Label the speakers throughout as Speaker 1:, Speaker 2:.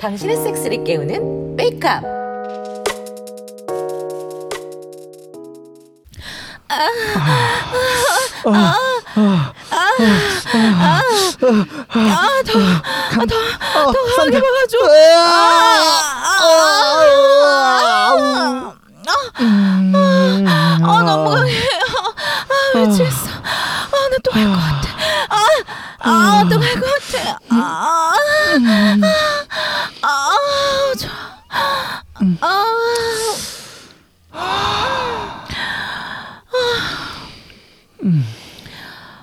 Speaker 1: 당신의 섹스를 깨우는 메이크업.
Speaker 2: 아, 쌍둥이 막아줘. 아,
Speaker 1: 아 너무 강해. 아 미치겠어. 아나 또 할 것 같아. 아아또 할 것 같아. 아, 아, 아, 저, 아,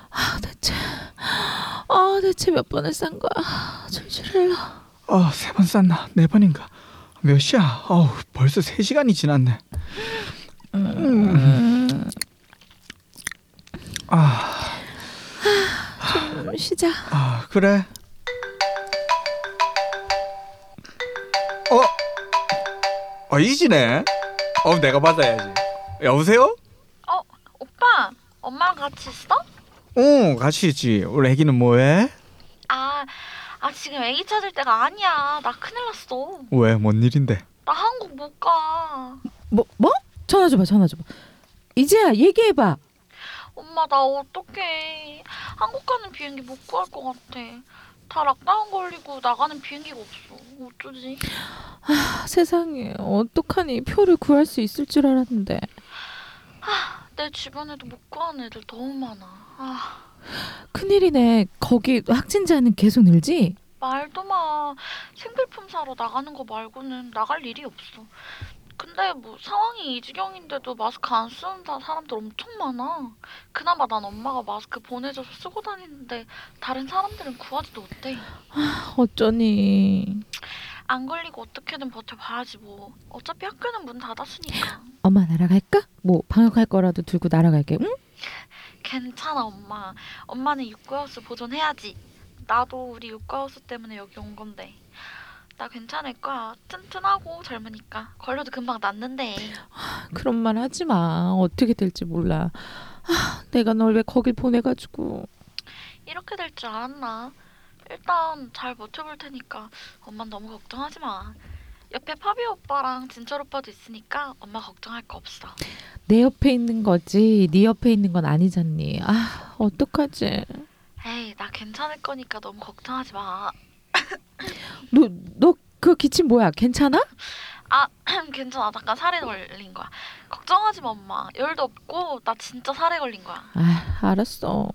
Speaker 1: 아, 대체, 아 대체 몇 번을 싼 거야? 줄줄 흘러.
Speaker 2: 아, 세번 쌌나? 네 번인가? 몇 시야? 어우, 벌써 세 시간이 지났네. 음. 아,
Speaker 1: 좀 쉬자.
Speaker 2: 아, 그래. 어, 어 이지네. 어, 내가 받아야지. 여보세요?
Speaker 3: 어, 오빠, 엄마랑 같이 있어?
Speaker 2: 응, 같이 있지. 우리 애기는 뭐해?
Speaker 3: 아, 아 지금 애기 찾을 때가 아니야. 나 큰일 났어.
Speaker 2: 왜? 뭔 일인데?
Speaker 3: 나 한국 못 가.
Speaker 1: 뭐 뭐? 전화 줘봐 전화 줘봐. 이제야 얘기해봐.
Speaker 3: 엄마 나 어떡해. 한국 가는 비행기 못 구할 것 같아. 다 락다운 걸리고 나가는 비행기가 없어. 어쩌지?
Speaker 1: 아, 세상에 어떡하니 표를 구할 수 있을 줄 알았는데
Speaker 3: 내 주변에도 못 구하는 애들 너무 많아. 아,
Speaker 1: 큰일이네 거기 확진자는 계속 늘지
Speaker 3: 말도 마. 생필품 사러 나가는 거 말고는 나갈 일이 없어. 근데 뭐 상황이 이 지경인데도 마스크 안 쓰는 사- 사람들 엄청 많아. 그나마 난 엄마가 마스크 보내줘서 쓰고 다니는데 다른 사람들은 구하지도 못해.
Speaker 1: 어쩌니
Speaker 3: 안 걸리고 어떻게든 버텨봐야지 뭐. 어차피 학교는 문 닫았으니까.
Speaker 1: 엄마 날아갈까? 뭐 방역할 거라도 들고 날아갈게 응?
Speaker 3: 괜찮아 엄마. 엄마는 육구하우스 보존해야지. 나도 우리 육구하우스 때문에 여기 온 건데. 나 괜찮을 거야. 튼튼하고 젊으니까. 걸려도 금방 낫는데.
Speaker 1: 그런 말 하지 마 어떻게 될지 몰라 아, 내가 널 왜 거길 보내가지고
Speaker 3: 이렇게 될 줄 알았나? 일단 잘 버텨볼 테니까 엄만 너무 걱정하지 마. 옆에 파비 오빠랑 진철 오빠도 있으니까 엄마 걱정할 거 없어.
Speaker 1: 내 옆에 있는 거지 네 옆에 있는 건 아니잖니 아 어떡하지
Speaker 3: 에이 나 괜찮을 거니까 너무 걱정하지 마.
Speaker 1: 너 너 그 기침 뭐야 괜찮아?
Speaker 3: 괜찮아 잠깐 살에 걸린 거야. 걱정하지 마 엄마. 열도 없고 나 진짜 살에 걸린 거야.
Speaker 1: 아 알았어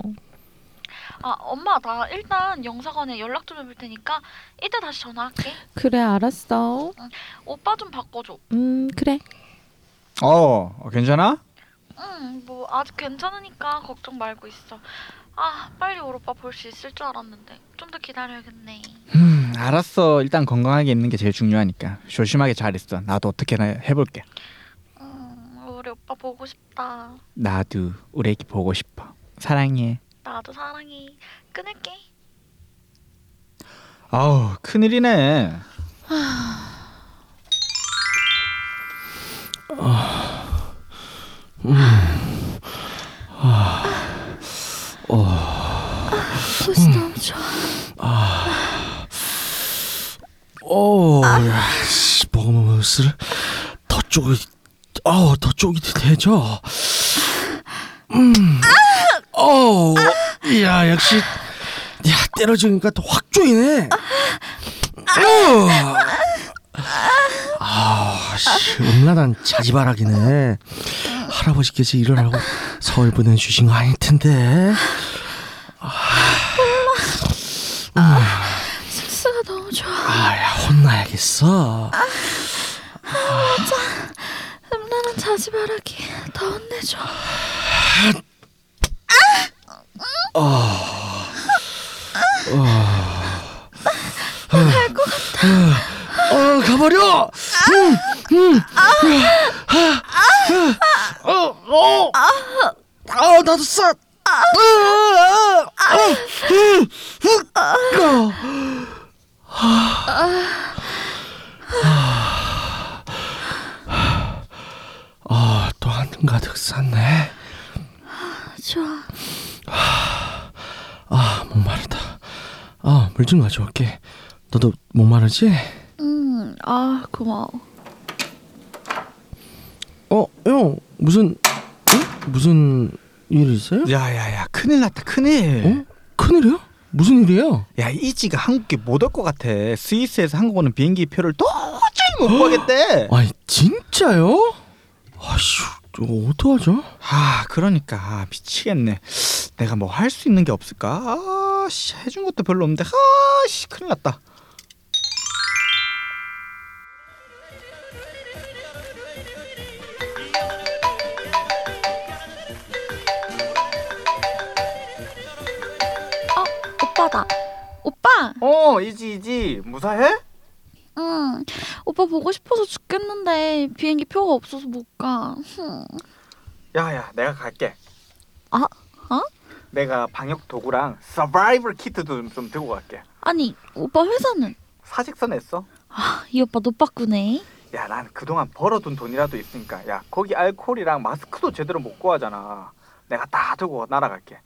Speaker 3: 아 엄마 나 일단 영사관에 연락 좀 해볼 테니까 이따 다시 전화할게.
Speaker 1: 그래 알았어
Speaker 3: 오빠 좀 바꿔줘.
Speaker 1: 음 그래
Speaker 2: 어, 어, 괜찮아?
Speaker 3: 응, 뭐 아직 괜찮으니까 걱정 말고 있어. 아, 빨리 올 오빠 볼 수 있을 줄 알았는데 좀 더 기다려야겠네.
Speaker 2: 음, 알았어. 일단 건강하게 있는 게 제일 중요하니까 조심하게 잘 있어. 나도 어떻게나 해볼게.
Speaker 3: 음, 우리 오빠 보고 싶다.
Speaker 2: 나도 우리 애기 보고 싶어. 사랑해.
Speaker 3: 나도 사랑해. 끊을게.
Speaker 2: 아우 큰일이네.
Speaker 3: 도시 너무 좋아.
Speaker 4: 오, 야, 씨, 버거머스를 더 쪼기, 아, 더 쪼기 되죠. 음, 어, 야, 역시, 야, 때려지니까 또 확 쪼이네. 어. 아, 씨, 음란한 자지바라기네. 할아버지께서 일을 하고 서울 보내주신 거 아닐 텐데.
Speaker 3: 섹스가 너무 좋아.
Speaker 4: 아, 야, 혼나야겠어.
Speaker 3: 음란한 자지바라기. 다 혼내줘.
Speaker 4: 어 가버려. 음, 음. 어, 어. 아, 나도 싸. 아, 아, 아, 음, 음. 아. 아, 또 한가득 쌌네.
Speaker 3: 좋아.
Speaker 4: 아, 목마르다. 아, 물 좀 가져올게. 너도 목마르지?
Speaker 3: 음, 아 고마워.
Speaker 4: 어, 형, 무슨 응? 무슨 일 있어요?
Speaker 2: 야야야 큰일 났다 큰일.
Speaker 4: 어? 큰일이야? 무슨 일이에요?
Speaker 2: 야 이지가 한국에 못 올 것 같아. 스위스에서 한국 오는 비행기 표를 도저히 못 구하겠대.
Speaker 4: 아니, 진짜요? 아휴, 어떡하죠?
Speaker 2: 아 그러니까 아, 미치겠네. 내가 뭐 할 수 있는 게 없을까? 아씨 해준 것도 별로 없는데 아씨 큰일 났다.
Speaker 3: 오빠다. 오빠.
Speaker 2: 어 이지 이지 무사해?
Speaker 3: 응. 오빠 보고 싶어서 죽겠는데 비행기 표가 없어서 못 가. 흠.
Speaker 2: 야야 내가 갈게.
Speaker 3: 아, 어?
Speaker 2: 내가 방역 도구랑 서바이벌 키트도 좀, 좀 들고 갈게.
Speaker 3: 아니 오빠 회사는
Speaker 2: 사직서 냈어?
Speaker 3: 아, 이 오빠 노빠꾸네.
Speaker 2: 야, 난 그동안 벌어둔 돈이라도 있으니까. 야, 거기 알코올이랑 마스크도 제대로 못 구하잖아. 내가 다 들고 날아갈게.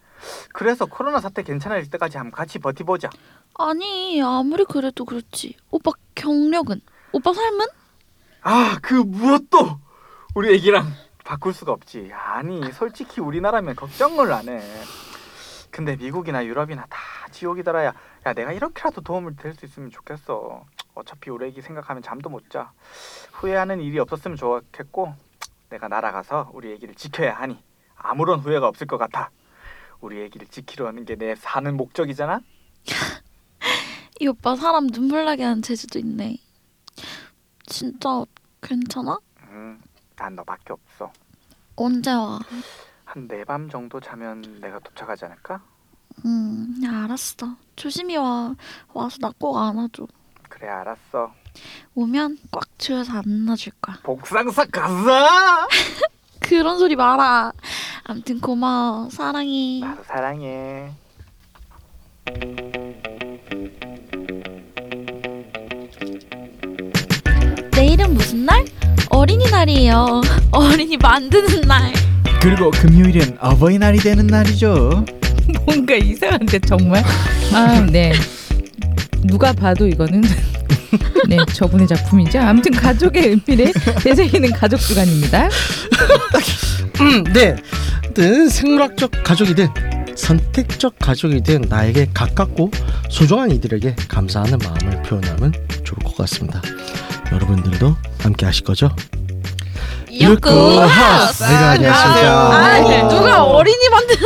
Speaker 2: 그래서 코로나 사태 괜찮아질 때까지 한번 같이 버티보자.
Speaker 3: 아니 아무리 그래도 그렇지. 오빠 경력은? 오빠 삶은?
Speaker 2: 아, 그 무엇도 우리 애기랑 바꿀 수가 없지. 아니, 솔직히 우리나라면 걱정을 안 해. 근데 미국이나 유럽이나 다 지옥이더라야. 야, 내가 이렇게라도 도움을 될 수 있으면 좋겠어. 어차피 우리 애기 생각하면 잠도 못 자. 후회하는 일이 없었으면 좋겠고, 내가 날아가서 우리 애기를 지켜야 하니 아무런 후회가 없을 것 같아. 우리 애기를 지키려는 게 내 사는 목적이잖아.
Speaker 3: 이 오빠 사람 눈물 나게 하는 재주도 있네. 진짜 괜찮아?
Speaker 2: 음, 난 너밖에 없어.
Speaker 3: 언제 와?
Speaker 2: 한 네 밤 정도 자면 내가 도착하지 않을까?
Speaker 3: 음, 알았어. 조심히 와. 와서 나 꼭 안아줘.
Speaker 2: 그래, 알았어.
Speaker 3: 오면 꽉 조여서 안아줄 거야.
Speaker 2: 복상사 가자.
Speaker 3: 그런 소리 마라. 암튼 고마워. 사랑해.
Speaker 2: 나도 사랑해.
Speaker 3: 내일은 무슨 날? 어린이날이에요. 어린이 만드는 날.
Speaker 2: 그리고 금요일은 어버이날이 되는 날이죠.
Speaker 1: 뭔가 이상한데 정말. 아, 네. 누가 봐도 이거는 네, 저분의 작품이죠. 아무튼 가족의 의미를 되새기는 가족 주간입니다.
Speaker 4: 음, 네. 든 생물학적 가족이든 선택적 가족이든 나에게 가깝고 소중한 이들에게 감사하는 마음을 표현하면 좋을 것 같습니다. 여러분들도 함께 하실 거죠? 그 하우스. 네, 안녕하십니까.
Speaker 1: 아, 네.
Speaker 3: 누가 어린이 만드는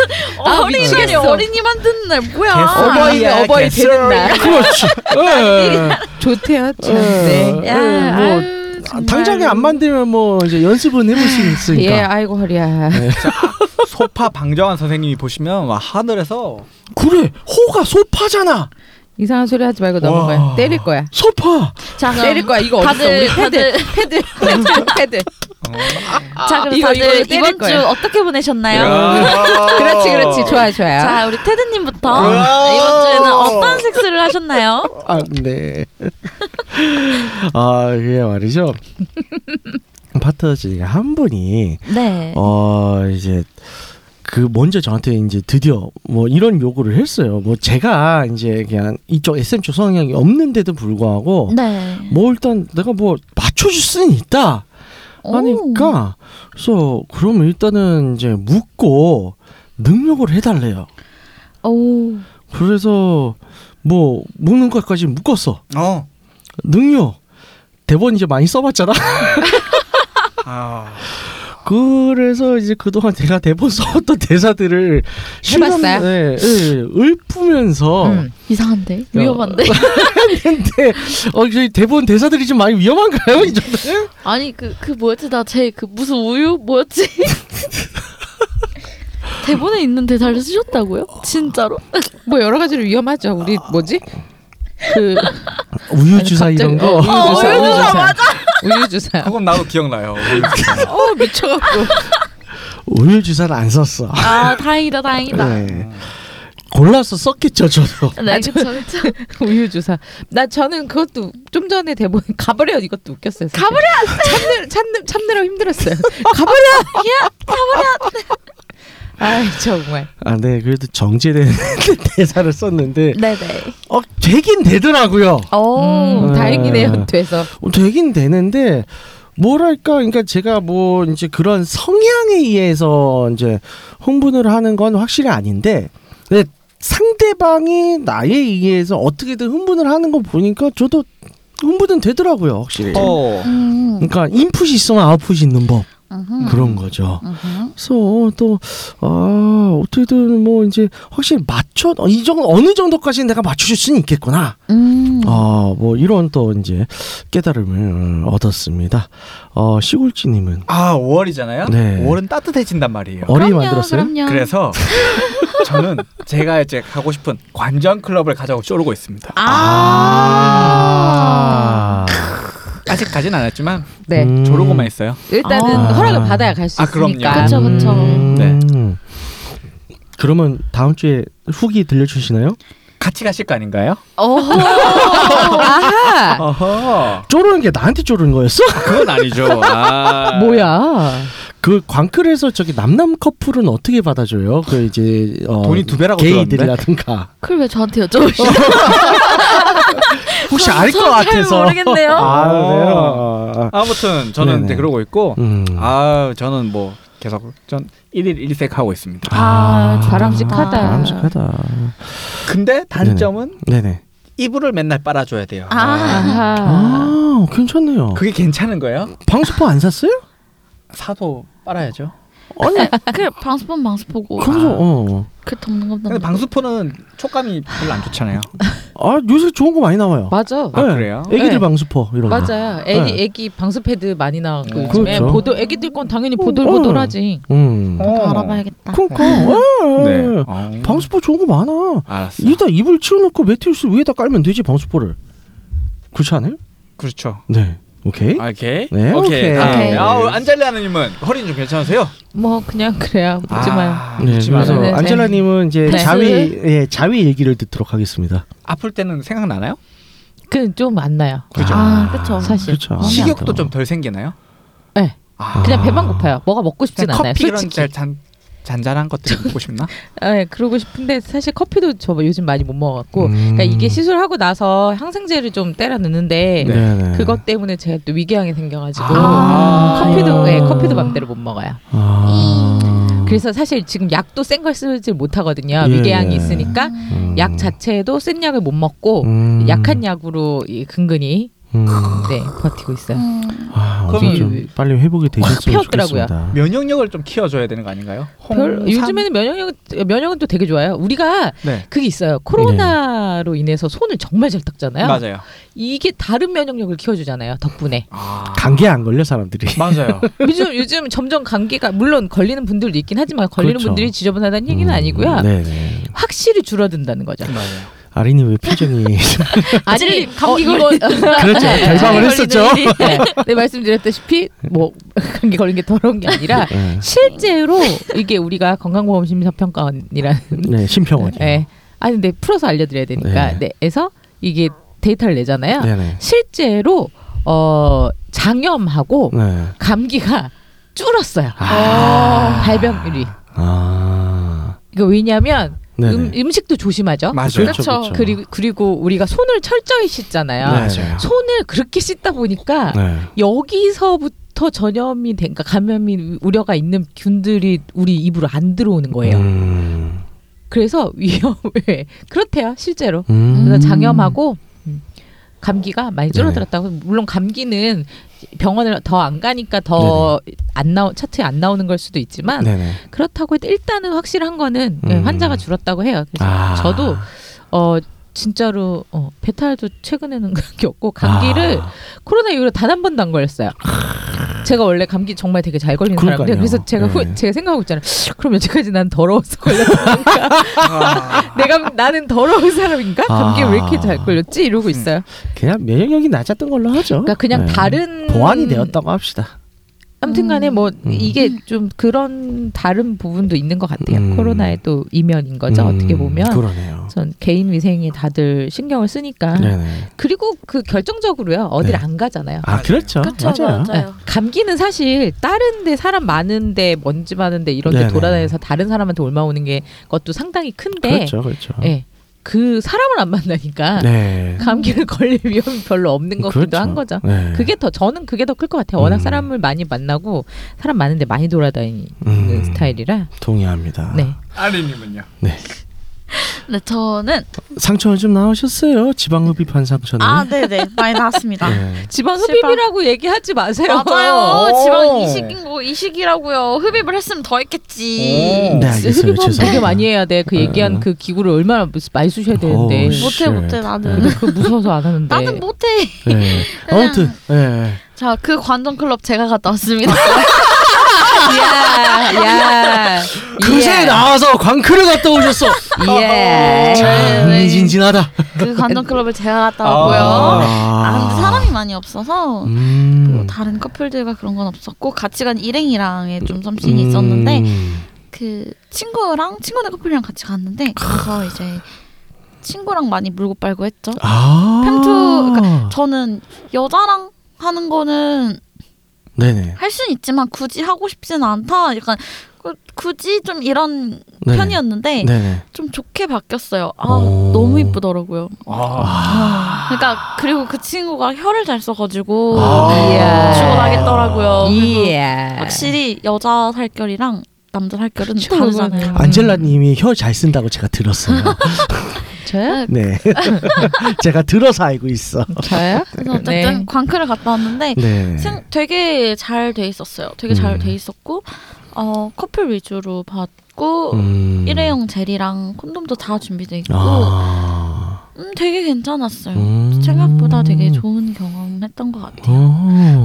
Speaker 1: 아,
Speaker 3: 어린이날이
Speaker 1: 미치겠어.
Speaker 3: 어린이 만드는 날 뭐야?
Speaker 1: 아, 어버이
Speaker 2: 야,
Speaker 1: 어버이
Speaker 2: 개소리.
Speaker 1: 되는 날.
Speaker 4: 그렇지. 네.
Speaker 1: 좋대요. 참. 네.
Speaker 3: 야,
Speaker 4: 뭐
Speaker 3: 아유, 정말.
Speaker 4: 당장에 안 만들면 뭐 이제 연습은 해볼 수 있으니까. 네.
Speaker 1: 예, 아이고 허리야.
Speaker 2: 소파 방정환 선생님이 보시면 와 하늘에서
Speaker 4: 그래, 호가 소파잖아.
Speaker 1: 이상한 소리 하지 말고 넘어가요.
Speaker 2: 와.
Speaker 1: 때릴 거야.
Speaker 4: 소파.
Speaker 3: 자, 그럼
Speaker 1: 때릴 거야. 이거 어딨어?
Speaker 3: 다들-
Speaker 1: 우리 패드, 패드, 패드.
Speaker 3: 자 그럼
Speaker 1: 이거, 이거
Speaker 3: 다들
Speaker 1: 때릴
Speaker 3: 이번
Speaker 1: 거야.
Speaker 3: 주 어떻게 보내셨나요?
Speaker 1: 아. 그렇지,
Speaker 4: 어.
Speaker 1: 그렇지. 좋아, 좋아.
Speaker 3: 자 우리 테드님부터
Speaker 2: 아.
Speaker 3: 이번 주에는 어떤 섹스를 하셨나요?
Speaker 4: 아, 네. 아, 그게 말이죠. 파트 중에 한 분이
Speaker 3: 네.
Speaker 4: 어 이제 그 먼저 저한테 이제 드디어 뭐 이런 요구를 했어요. 뭐 제가 이제 그냥 이쪽 SM 쪽 성향이 없는데도 불구하고
Speaker 3: 네.
Speaker 4: 뭐 일단 내가 뭐 맞춰줄 수는 있다 하니까 그래서 그럼 일단은 이제 묻고 능력을 해달래요.
Speaker 3: 오. 오.
Speaker 4: 그래서 뭐 묻는 것까지 묶었어.
Speaker 2: 어.
Speaker 4: 능력 대본 이제 많이 써봤잖아.
Speaker 2: 아.
Speaker 4: 그래서 이제 그동안 제가 대본 써왔던 대사들을 실감-
Speaker 1: 해봤어요?
Speaker 4: 네, 네, 읊으면서
Speaker 1: 음.
Speaker 3: 이상한데 위험한데
Speaker 4: 했는데 어, 저희 대본 대사들이 좀 많이 위험한가요? 이 정도는?
Speaker 3: 아니 그 그 뭐였지 나 제 그 무슨 우유 뭐였지 대본에 있는 대사를 쓰셨다고요 진짜로
Speaker 1: 뭐 여러 가지로 위험하죠. 우리 뭐지? 그
Speaker 4: 우유주사 이런
Speaker 1: 갑자기-
Speaker 4: 거.
Speaker 1: 어, 우유주사,
Speaker 3: 우유주사
Speaker 1: 맞아. 우유주사.
Speaker 2: 그건 나도 기억나요.
Speaker 1: 어 미쳐갖고.
Speaker 4: 우유주사를 안 썼어.
Speaker 3: 아 다행이다 다행이다
Speaker 4: 네. 골라서 썼겠죠, 저도.
Speaker 3: 네 그쵸 그쵸
Speaker 1: 우유 주사. 나 저는 그것도 좀 전에 대본 가버려 이것도 웃겼어요. 가버려. 참느 참느 참느라 힘들었어요. 가버려. 야 가버려. 아 정말.
Speaker 4: 아, 네. 그래도 정제된 대사를 썼는데
Speaker 3: 네네. 어.
Speaker 4: 어, 되긴 되더라고요.
Speaker 3: 오.
Speaker 1: 음,
Speaker 4: 음.
Speaker 1: 다행이네요. 돼서.
Speaker 4: 어, 되긴 되는데 뭐랄까 그러니까 제가 뭐 이제 그런 성향에 의해서 이제 흥분을 하는 건 확실히 아닌데 근데 상대방이 나에 의해서 어떻게든 흥분을 하는 거 보니까 저도 흥분은 되더라고요 확실히
Speaker 2: 어.
Speaker 3: 음.
Speaker 4: 그러니까 인풋이 있으면 아웃풋이 있는 법
Speaker 3: 음흠.
Speaker 4: 그런 거죠
Speaker 3: 음흠.
Speaker 4: 그래서 또아 어떻게든 뭐 이제 확실히 맞춰 어, 이 정도 어느 정도까지는 내가 맞춰줄 수는 있겠구나
Speaker 3: 음.
Speaker 4: 어, 뭐 이런 또 이제 깨달음을 얻었습니다. 어, 시골지님은
Speaker 2: 아 5월이잖아요.
Speaker 4: 네.
Speaker 2: 5월은 따뜻해진단 말이에요.
Speaker 4: 어리
Speaker 3: 그럼요,
Speaker 4: 만들었어요?
Speaker 3: 그럼요.
Speaker 2: 그래서 저는 제가 이제 가고 싶은 관전 클럽을 가자고 쪼르고 있습니다.
Speaker 3: 아.
Speaker 2: 아직 가진 않았지만
Speaker 1: 네.
Speaker 4: 아. 음.
Speaker 2: 조르고만 있어요.
Speaker 1: 일단은
Speaker 3: 아.
Speaker 1: 허락을 받아야 갈 수
Speaker 2: 아, 그럼요.
Speaker 1: 있으니까.
Speaker 3: 그쵸, 그쵸.
Speaker 2: 네.
Speaker 4: 음. 그러면 다음 주에 후기 들려주시나요?
Speaker 2: 같이 가실 거 아닌가요?
Speaker 1: 어.
Speaker 3: 오호.
Speaker 1: 아하.
Speaker 2: 어허.
Speaker 4: 쪼르는 게 나한테 쪼르는 거였어?
Speaker 2: 그건 아니죠. 아.
Speaker 1: 뭐야?
Speaker 4: 그 광클에서 저기 남남 커플은 어떻게 받아줘요? 그 이제 어,
Speaker 2: 돈이 두 배라고
Speaker 4: 게이들이라든가
Speaker 3: 그걸 왜 저한테 여쭤보시죠?
Speaker 4: 혹시 알 것
Speaker 3: 저는 잘
Speaker 4: 같아서
Speaker 1: 어.
Speaker 3: 모르겠네요.
Speaker 4: 아, 그래요?
Speaker 2: 아무튼 저는
Speaker 4: 네네.
Speaker 2: 이제 그러고 있고
Speaker 4: 음.
Speaker 2: 아 저는 뭐 계속 전 1일 1색 하고 있습니다.
Speaker 3: 아,
Speaker 1: 바람직하다.
Speaker 4: 바람직하다.
Speaker 2: 근데 단점은
Speaker 4: 네네.
Speaker 2: 이불을 맨날 빨아줘야 돼요.
Speaker 3: 아.
Speaker 1: 아하.
Speaker 4: 아, 괜찮네요.
Speaker 2: 그게 괜찮은 거예요?
Speaker 4: 방수포 안 샀어요?
Speaker 2: 사도 빨아야죠.
Speaker 1: 음.
Speaker 4: 아니,
Speaker 3: 그 방수폰 방수포고
Speaker 4: 그래서 어.
Speaker 3: 그 덮는
Speaker 2: 근데
Speaker 3: 건 덮는 거.
Speaker 2: 방수포는 촉감이 별로 안 좋잖아요.
Speaker 4: 아 요새 좋은 거 많이 나와요.
Speaker 1: 맞아.
Speaker 2: 아, 그래요?
Speaker 4: 애기들
Speaker 1: 네.
Speaker 4: 방수포 이런 거.
Speaker 1: 맞아요. 애기
Speaker 4: 네.
Speaker 1: 애기 방수 패드 많이 나왔고
Speaker 2: 음.
Speaker 1: 요즘에
Speaker 4: 그렇죠.
Speaker 1: 보도 애기들 건 당연히
Speaker 4: 어,
Speaker 1: 보들보들하지.
Speaker 4: 음.
Speaker 2: 어.
Speaker 3: 알아봐야겠다.
Speaker 4: 그러니까.
Speaker 2: 네.
Speaker 4: 예.
Speaker 2: 어.
Speaker 4: 방수포 좋은 거 많아.
Speaker 2: 알았어.
Speaker 4: 이다 이불 치워놓고 매트리스 위에다 깔면 되지 방수포를. 그렇지 않아요?
Speaker 2: 그렇죠.
Speaker 4: 네. 오케이.
Speaker 2: 오케이.
Speaker 4: 네, 오케이.
Speaker 2: 다음.
Speaker 3: 오케이.
Speaker 2: 아우 안젤리아님은 허리는 좀 괜찮으세요?
Speaker 1: 뭐 그냥 그래요.
Speaker 2: 아.
Speaker 1: 묻지 마요.
Speaker 4: 네,
Speaker 2: 묻지
Speaker 4: 그래서
Speaker 2: 마요. 아,
Speaker 1: 네, 네.
Speaker 4: 안젤라님은 이제
Speaker 1: 네.
Speaker 4: 자위 예 자위 얘기를 듣도록 하겠습니다.
Speaker 2: 아플 때는 생각나나요?
Speaker 1: 그좀 안 나요.
Speaker 2: 그죠.
Speaker 3: 아, 그쵸.
Speaker 1: 사실.
Speaker 4: 그쵸.
Speaker 2: 식욕도 좀 덜 생기나요?
Speaker 1: 네.
Speaker 2: 아,
Speaker 1: 그냥
Speaker 4: 아.
Speaker 1: 배만 고파요. 뭐가 먹고
Speaker 2: 이제
Speaker 5: 그러니까
Speaker 1: 싶진 않아요.
Speaker 2: 커피 이런
Speaker 1: 솔직히.
Speaker 2: 잘 잔, 잔잔한 것들 먹고 싶나?
Speaker 1: 아, 예, 그러고 싶은데 사실 커피도 저 요즘 많이 못 먹어갖고.
Speaker 4: 음.
Speaker 1: 그러니까 이게 시술하고 나서 항생제를 좀 때려 넣는데
Speaker 2: 네.
Speaker 4: 네네.
Speaker 1: 그것 때문에 제가 또 위궤양이 생겨가지고
Speaker 2: 아.
Speaker 1: 커피도 예, 커피도 맘대로 못 먹어요.
Speaker 4: 아.
Speaker 1: 음. 그래서 사실 지금 약도 센 걸 쓰질 못하거든요.
Speaker 4: 예.
Speaker 1: 위궤양이 있으니까
Speaker 4: 음.
Speaker 1: 약 자체도 센 약을 못 먹고
Speaker 4: 음.
Speaker 1: 약한 약으로 이 근근히
Speaker 4: 음.
Speaker 1: 네 버티고 있어요.
Speaker 3: 음.
Speaker 4: 아, 어서
Speaker 2: 그러면
Speaker 4: 좀 빨리
Speaker 1: 어,
Speaker 4: 회복이 되셨으면
Speaker 1: 펴더라고요.
Speaker 4: 좋겠습니다.
Speaker 2: 면역력을 좀 키워줘야 되는 거 아닌가요? 홍,
Speaker 1: 별,
Speaker 2: 삼-
Speaker 1: 요즘에는 면역력 면역은 또 되게 좋아요. 우리가
Speaker 2: 네
Speaker 1: 그게 있어요. 코로나로
Speaker 4: 네.
Speaker 1: 인해서 손을 정말 잘
Speaker 5: 네?
Speaker 1: 닦잖아요.
Speaker 2: 맞아요.
Speaker 1: 이게 다른 면역력을 키워주잖아요. 덕분에
Speaker 2: 아,
Speaker 4: 감기 안 걸려 사람들이.
Speaker 2: 맞아요.
Speaker 1: 요즘 요즘 점점 감기가 물론 걸리는 분들도 있긴 하지만 걸리는
Speaker 4: 그렇죠.
Speaker 1: 분들이 지저분하다는 얘기는
Speaker 4: 음,
Speaker 1: 아니고요.
Speaker 4: 네네.
Speaker 1: 확실히 줄어드는다는 거죠.
Speaker 2: 맞아요.
Speaker 4: 아린이 왜 표정이
Speaker 1: 아니 네. 감기 걸린
Speaker 4: 그렇죠 결방을 했었죠.
Speaker 1: 네, 네, 말씀드렸다시피 뭐 감기 걸린 게 더러운 게 아니라
Speaker 4: 네.
Speaker 1: 실제로 이게 우리가 건강보험 심사평가원이라는
Speaker 4: 네 심평원.
Speaker 1: 네. 아니 근데 풀어서 알려드려야 되니까
Speaker 4: 네.
Speaker 1: 네. 에서 이게 데이터를 내잖아요.
Speaker 4: 네네.
Speaker 1: 실제로 어 장염하고
Speaker 4: 네.
Speaker 1: 감기가 줄었어요.
Speaker 4: 아.
Speaker 1: 발병률이.
Speaker 4: 아.
Speaker 1: 이거 왜냐하면
Speaker 4: 네네.
Speaker 1: 음, 음식도 조심하죠.
Speaker 2: 맞아요.
Speaker 4: 그렇죠, 그렇죠.
Speaker 1: 그리고 그리고 우리가 손을 철저히 씻잖아요. 아,
Speaker 4: 네.
Speaker 1: 손을 그렇게 씻다 보니까
Speaker 4: 네.
Speaker 1: 여기서부터 전염이 된, 그러니까 감염이 우려가 있는 균들이 우리 입으로 안 들어오는 거예요.
Speaker 4: 음.
Speaker 1: 그래서 위험해. 그렇대요, 실제로.
Speaker 4: 음.
Speaker 1: 그래서 장염하고 음, 감기가 많이 줄어들었다고.
Speaker 4: 네.
Speaker 1: 물론 감기는 병원을 더 안 가니까 더 안 나오 차트에 안 나오는 걸 수도 있지만
Speaker 4: 네네.
Speaker 1: 그렇다고 해도 일단은 확실한 거는 예,
Speaker 4: 음.
Speaker 1: 환자가 줄었다고 해요. 그래서
Speaker 4: 아.
Speaker 1: 저도 어 진짜로 어, 배탈도 최근에는 그런 게 없고 감기를
Speaker 4: 아.
Speaker 1: 코로나 이후로 단 한 번도 안 걸렸어요. 제가 원래 감기 정말 되게 잘 걸리는
Speaker 4: 그러니까요.
Speaker 1: 사람인데 그래서 제가 후,
Speaker 4: 네.
Speaker 1: 제가 생각하고 있잖아요. 그럼 여태까지 난 더러워서 걸렸는가?
Speaker 5: 아.
Speaker 1: 내가 나는 더러운 사람인가?
Speaker 4: 아.
Speaker 1: 감기 왜 이렇게 잘 걸렸지? 이러고 있어요.
Speaker 4: 그냥 면역력이 낮았던 걸로 하죠.
Speaker 1: 그러니까 그냥
Speaker 4: 음. 네.
Speaker 1: 다른
Speaker 4: 보완이 되었다고 합시다.
Speaker 1: 아무튼간에 뭐
Speaker 4: 음.
Speaker 1: 이게 좀 그런 다른 부분도 있는 것 같아요.
Speaker 4: 음.
Speaker 1: 코로나의 또 이면인 거죠.
Speaker 4: 음,
Speaker 1: 어떻게 보면
Speaker 4: 그러네요.
Speaker 1: 전 개인 위생이 다들 신경을 쓰니까
Speaker 4: 네네.
Speaker 1: 그리고 그 결정적으로요 어딜
Speaker 4: 네.
Speaker 1: 안 가잖아요.
Speaker 4: 아 그렇죠.
Speaker 3: 그쵸,
Speaker 4: 맞아요.
Speaker 3: 맞아요.
Speaker 1: 네. 감기는 사실 다른데 사람 많은데 먼지 많은데 이런데
Speaker 4: 네네.
Speaker 1: 돌아다녀서 다른 사람한테 올라오는 게 것도 상당히 큰데
Speaker 4: 그렇죠, 그렇죠.
Speaker 1: 예. 그 사람을 안 만나니까
Speaker 4: 네.
Speaker 1: 감기를 걸릴 위험이 별로 없는 것기도
Speaker 4: 그렇죠.
Speaker 1: 한 거죠.
Speaker 4: 네.
Speaker 1: 그게 더 저는 그게 더 클 것 같아요. 워낙
Speaker 4: 음.
Speaker 1: 사람을 많이 만나고 사람 많은데 많이 돌아다니는
Speaker 4: 음. 아.
Speaker 1: 스타일이라.
Speaker 4: 동의합니다.
Speaker 1: 네.
Speaker 2: 아리님은요?
Speaker 3: 네, 저는
Speaker 4: 상처 좀 나오셨어요. 지방흡입한 상처는.
Speaker 3: 아, 네, 네, 많이 나왔습니다.
Speaker 4: 네.
Speaker 1: 지방
Speaker 3: 지방-
Speaker 1: 흡입이라고 얘기하지 마세요.
Speaker 3: 맞아요.
Speaker 2: 오.
Speaker 3: 지방 이식이고 이식이라고요. 흡입을 했으면 더 했겠지.
Speaker 4: 네 알겠어요.
Speaker 1: 흡입하면 되게
Speaker 4: 죄송해요.
Speaker 1: 많이 해야 돼. 그 얘기한
Speaker 4: 어.
Speaker 1: 그 기구를 얼마나 많이
Speaker 4: 네.
Speaker 1: 쓰셔야 되는데.
Speaker 4: 오, 씨.
Speaker 3: 못해, 못해, 나는.
Speaker 1: 근데 그거 무서워서 안 하는데.
Speaker 3: 나는 못해.
Speaker 4: 네. 아무튼 네.
Speaker 1: 예.
Speaker 3: 자, 그 관전 클럽 제가 갔다 왔습니다.
Speaker 1: 야, 야.
Speaker 4: 그새
Speaker 1: 예.
Speaker 4: 나와서 광크를 갔다 오셨어.
Speaker 1: 예.
Speaker 4: 참
Speaker 3: 네.
Speaker 4: 진진하다.
Speaker 3: 그 관전 클럽을 제가 갔다
Speaker 2: 아.
Speaker 3: 왔고요. 아, 근데 사람이 많이 없어서 뭐
Speaker 4: 음.
Speaker 3: 다른 커플들과 그런 건 없었고 같이 간 일행이랑의 좀 썸씽이 있었는데
Speaker 4: 음.
Speaker 3: 그 친구랑 친구네 커플이랑 같이 갔는데 그래서 이제 친구랑 많이 물고 빨고 했죠.
Speaker 4: 아.
Speaker 3: 팸투, 그러니까 저는 여자랑 하는 거는
Speaker 4: 네네.
Speaker 3: 할 수는 있지만 굳이 하고 싶지는 않다. 약간 그- 굳이 좀 이런
Speaker 4: 네네.
Speaker 3: 편이었는데 음.
Speaker 4: 네네.
Speaker 3: 좀 좋게 바뀌었어요. 아
Speaker 4: 오.
Speaker 3: 너무 이쁘더라고요.
Speaker 2: 아,
Speaker 3: 그러니까 그리고 그 친구가 혀를 잘 써가지고
Speaker 4: 아.
Speaker 1: 이야.
Speaker 3: 죽어나겠더라고요. 그리고
Speaker 1: 예.
Speaker 3: 확실히 여자 살결이랑 남자 살결은
Speaker 1: 그쵸,
Speaker 3: 다르잖아요.
Speaker 1: 그거는.
Speaker 4: 안젤라님이 혀 잘 쓴다고 제가 들었어요.
Speaker 1: 저요?
Speaker 4: 네. 제가 들어서 알고 있어.
Speaker 3: 아,
Speaker 1: 저요?
Speaker 3: 그래서 어쨌든
Speaker 1: 네.
Speaker 3: 광크를 갔다 왔는데
Speaker 4: 네.
Speaker 3: 생- 되게 잘 돼 있었어요. 되게 잘
Speaker 4: 음.
Speaker 3: 돼 있었고 어, 커플 위주로 봤고
Speaker 4: 음.
Speaker 3: 일회용 젤이랑 콘돔도 다 준비돼 있고
Speaker 4: 아.
Speaker 3: 음, 되게 괜찮았어요.
Speaker 4: 음.
Speaker 3: 생각보다 되게 좋은 경험했던 것 같아요.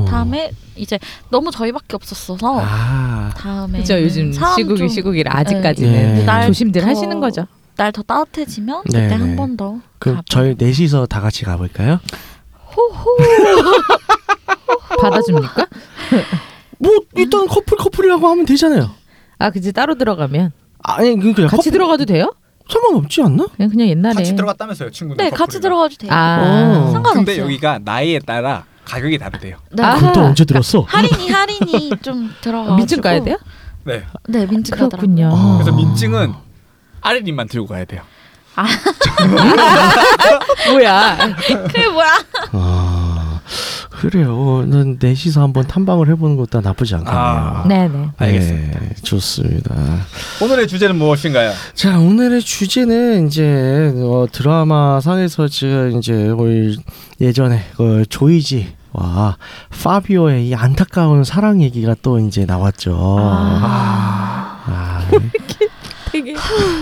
Speaker 4: 오.
Speaker 3: 다음에 뭐 이제 너무 저희밖에 없었어서
Speaker 4: 어. 아.
Speaker 3: 다음에 네.
Speaker 1: 그죠 요즘 시국이 시국이라 아직까지는
Speaker 4: 예.
Speaker 3: 날
Speaker 1: 조심들
Speaker 3: 더-
Speaker 1: 하시는 거죠.
Speaker 3: 날더 따뜻해지면
Speaker 4: 네,
Speaker 3: 그때
Speaker 4: 네.
Speaker 3: 한 번 더.
Speaker 4: 그럼
Speaker 3: 가보-
Speaker 4: 저희 넷이서 다 같이 가볼까요?
Speaker 3: 호호
Speaker 1: 받아줍니까?
Speaker 4: 뭐 일단 커플 커플이라고 하면 되잖아요.
Speaker 1: 아 그지 따로 들어가면
Speaker 4: 아니 그러니까
Speaker 1: 같이 들어가도 돼요?
Speaker 4: 상관없지 않나?
Speaker 1: 그냥, 그냥 옛날에
Speaker 5: 같이 들어갔다면서요 친구들
Speaker 3: 네 같이 들어가도 돼요.
Speaker 1: 아
Speaker 4: 오.
Speaker 3: 상관없어요.
Speaker 5: 근데 여기가 나이에 따라 가격이 다르대요
Speaker 3: 네.
Speaker 1: 아.
Speaker 4: 그건 또 언제 들었어?
Speaker 3: 할인이 할인이 좀 들어가.
Speaker 1: 민증 아, 가야 돼요?
Speaker 5: 네
Speaker 3: 네 민증 가더라고요.
Speaker 1: 그렇군요.
Speaker 4: 아.
Speaker 5: 그래서 민증은 아래님만 들고 가야 돼요
Speaker 1: 뭐야?
Speaker 3: 그게 뭐야?
Speaker 4: 아 그래요. 난 넷이서 한번 탐방을 해보는 것도 나쁘지 않겠네요.
Speaker 5: 아.
Speaker 1: 네네.
Speaker 3: 어.
Speaker 5: 알겠습니다.
Speaker 4: 네, 좋습니다.
Speaker 5: 오늘의 주제는 무엇인가요?
Speaker 4: 자 오늘의 주제는 이제 어, 드라마 상에서 지금 이제 거의 예전에 그 조이지와 파비오의 이 안타까운 사랑 얘기가 또 이제 나왔죠. 아,
Speaker 1: 되게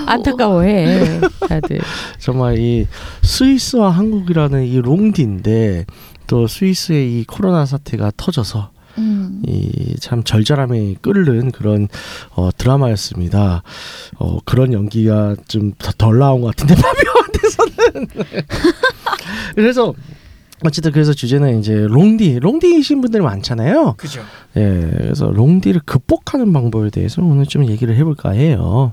Speaker 1: 안타까워해 다들.
Speaker 4: 정말 이 스위스와 한국이라는 이 롱디인데 또 스위스의 이 코로나 사태가 터져서
Speaker 3: 음.
Speaker 4: 이 참 절절함이 끓는 그런 어, 드라마였습니다. 어, 그런 연기가 좀 덜 나온 것 같은데 파비오한테서는 그래서 어쨌든 그래서 주제는 이제 롱디 롱디이신 분들 많잖아요.
Speaker 5: 그죠
Speaker 4: 예, 그래서 롱디를 극복하는 방법에 대해서 오늘 좀 얘기를 해볼까 해요.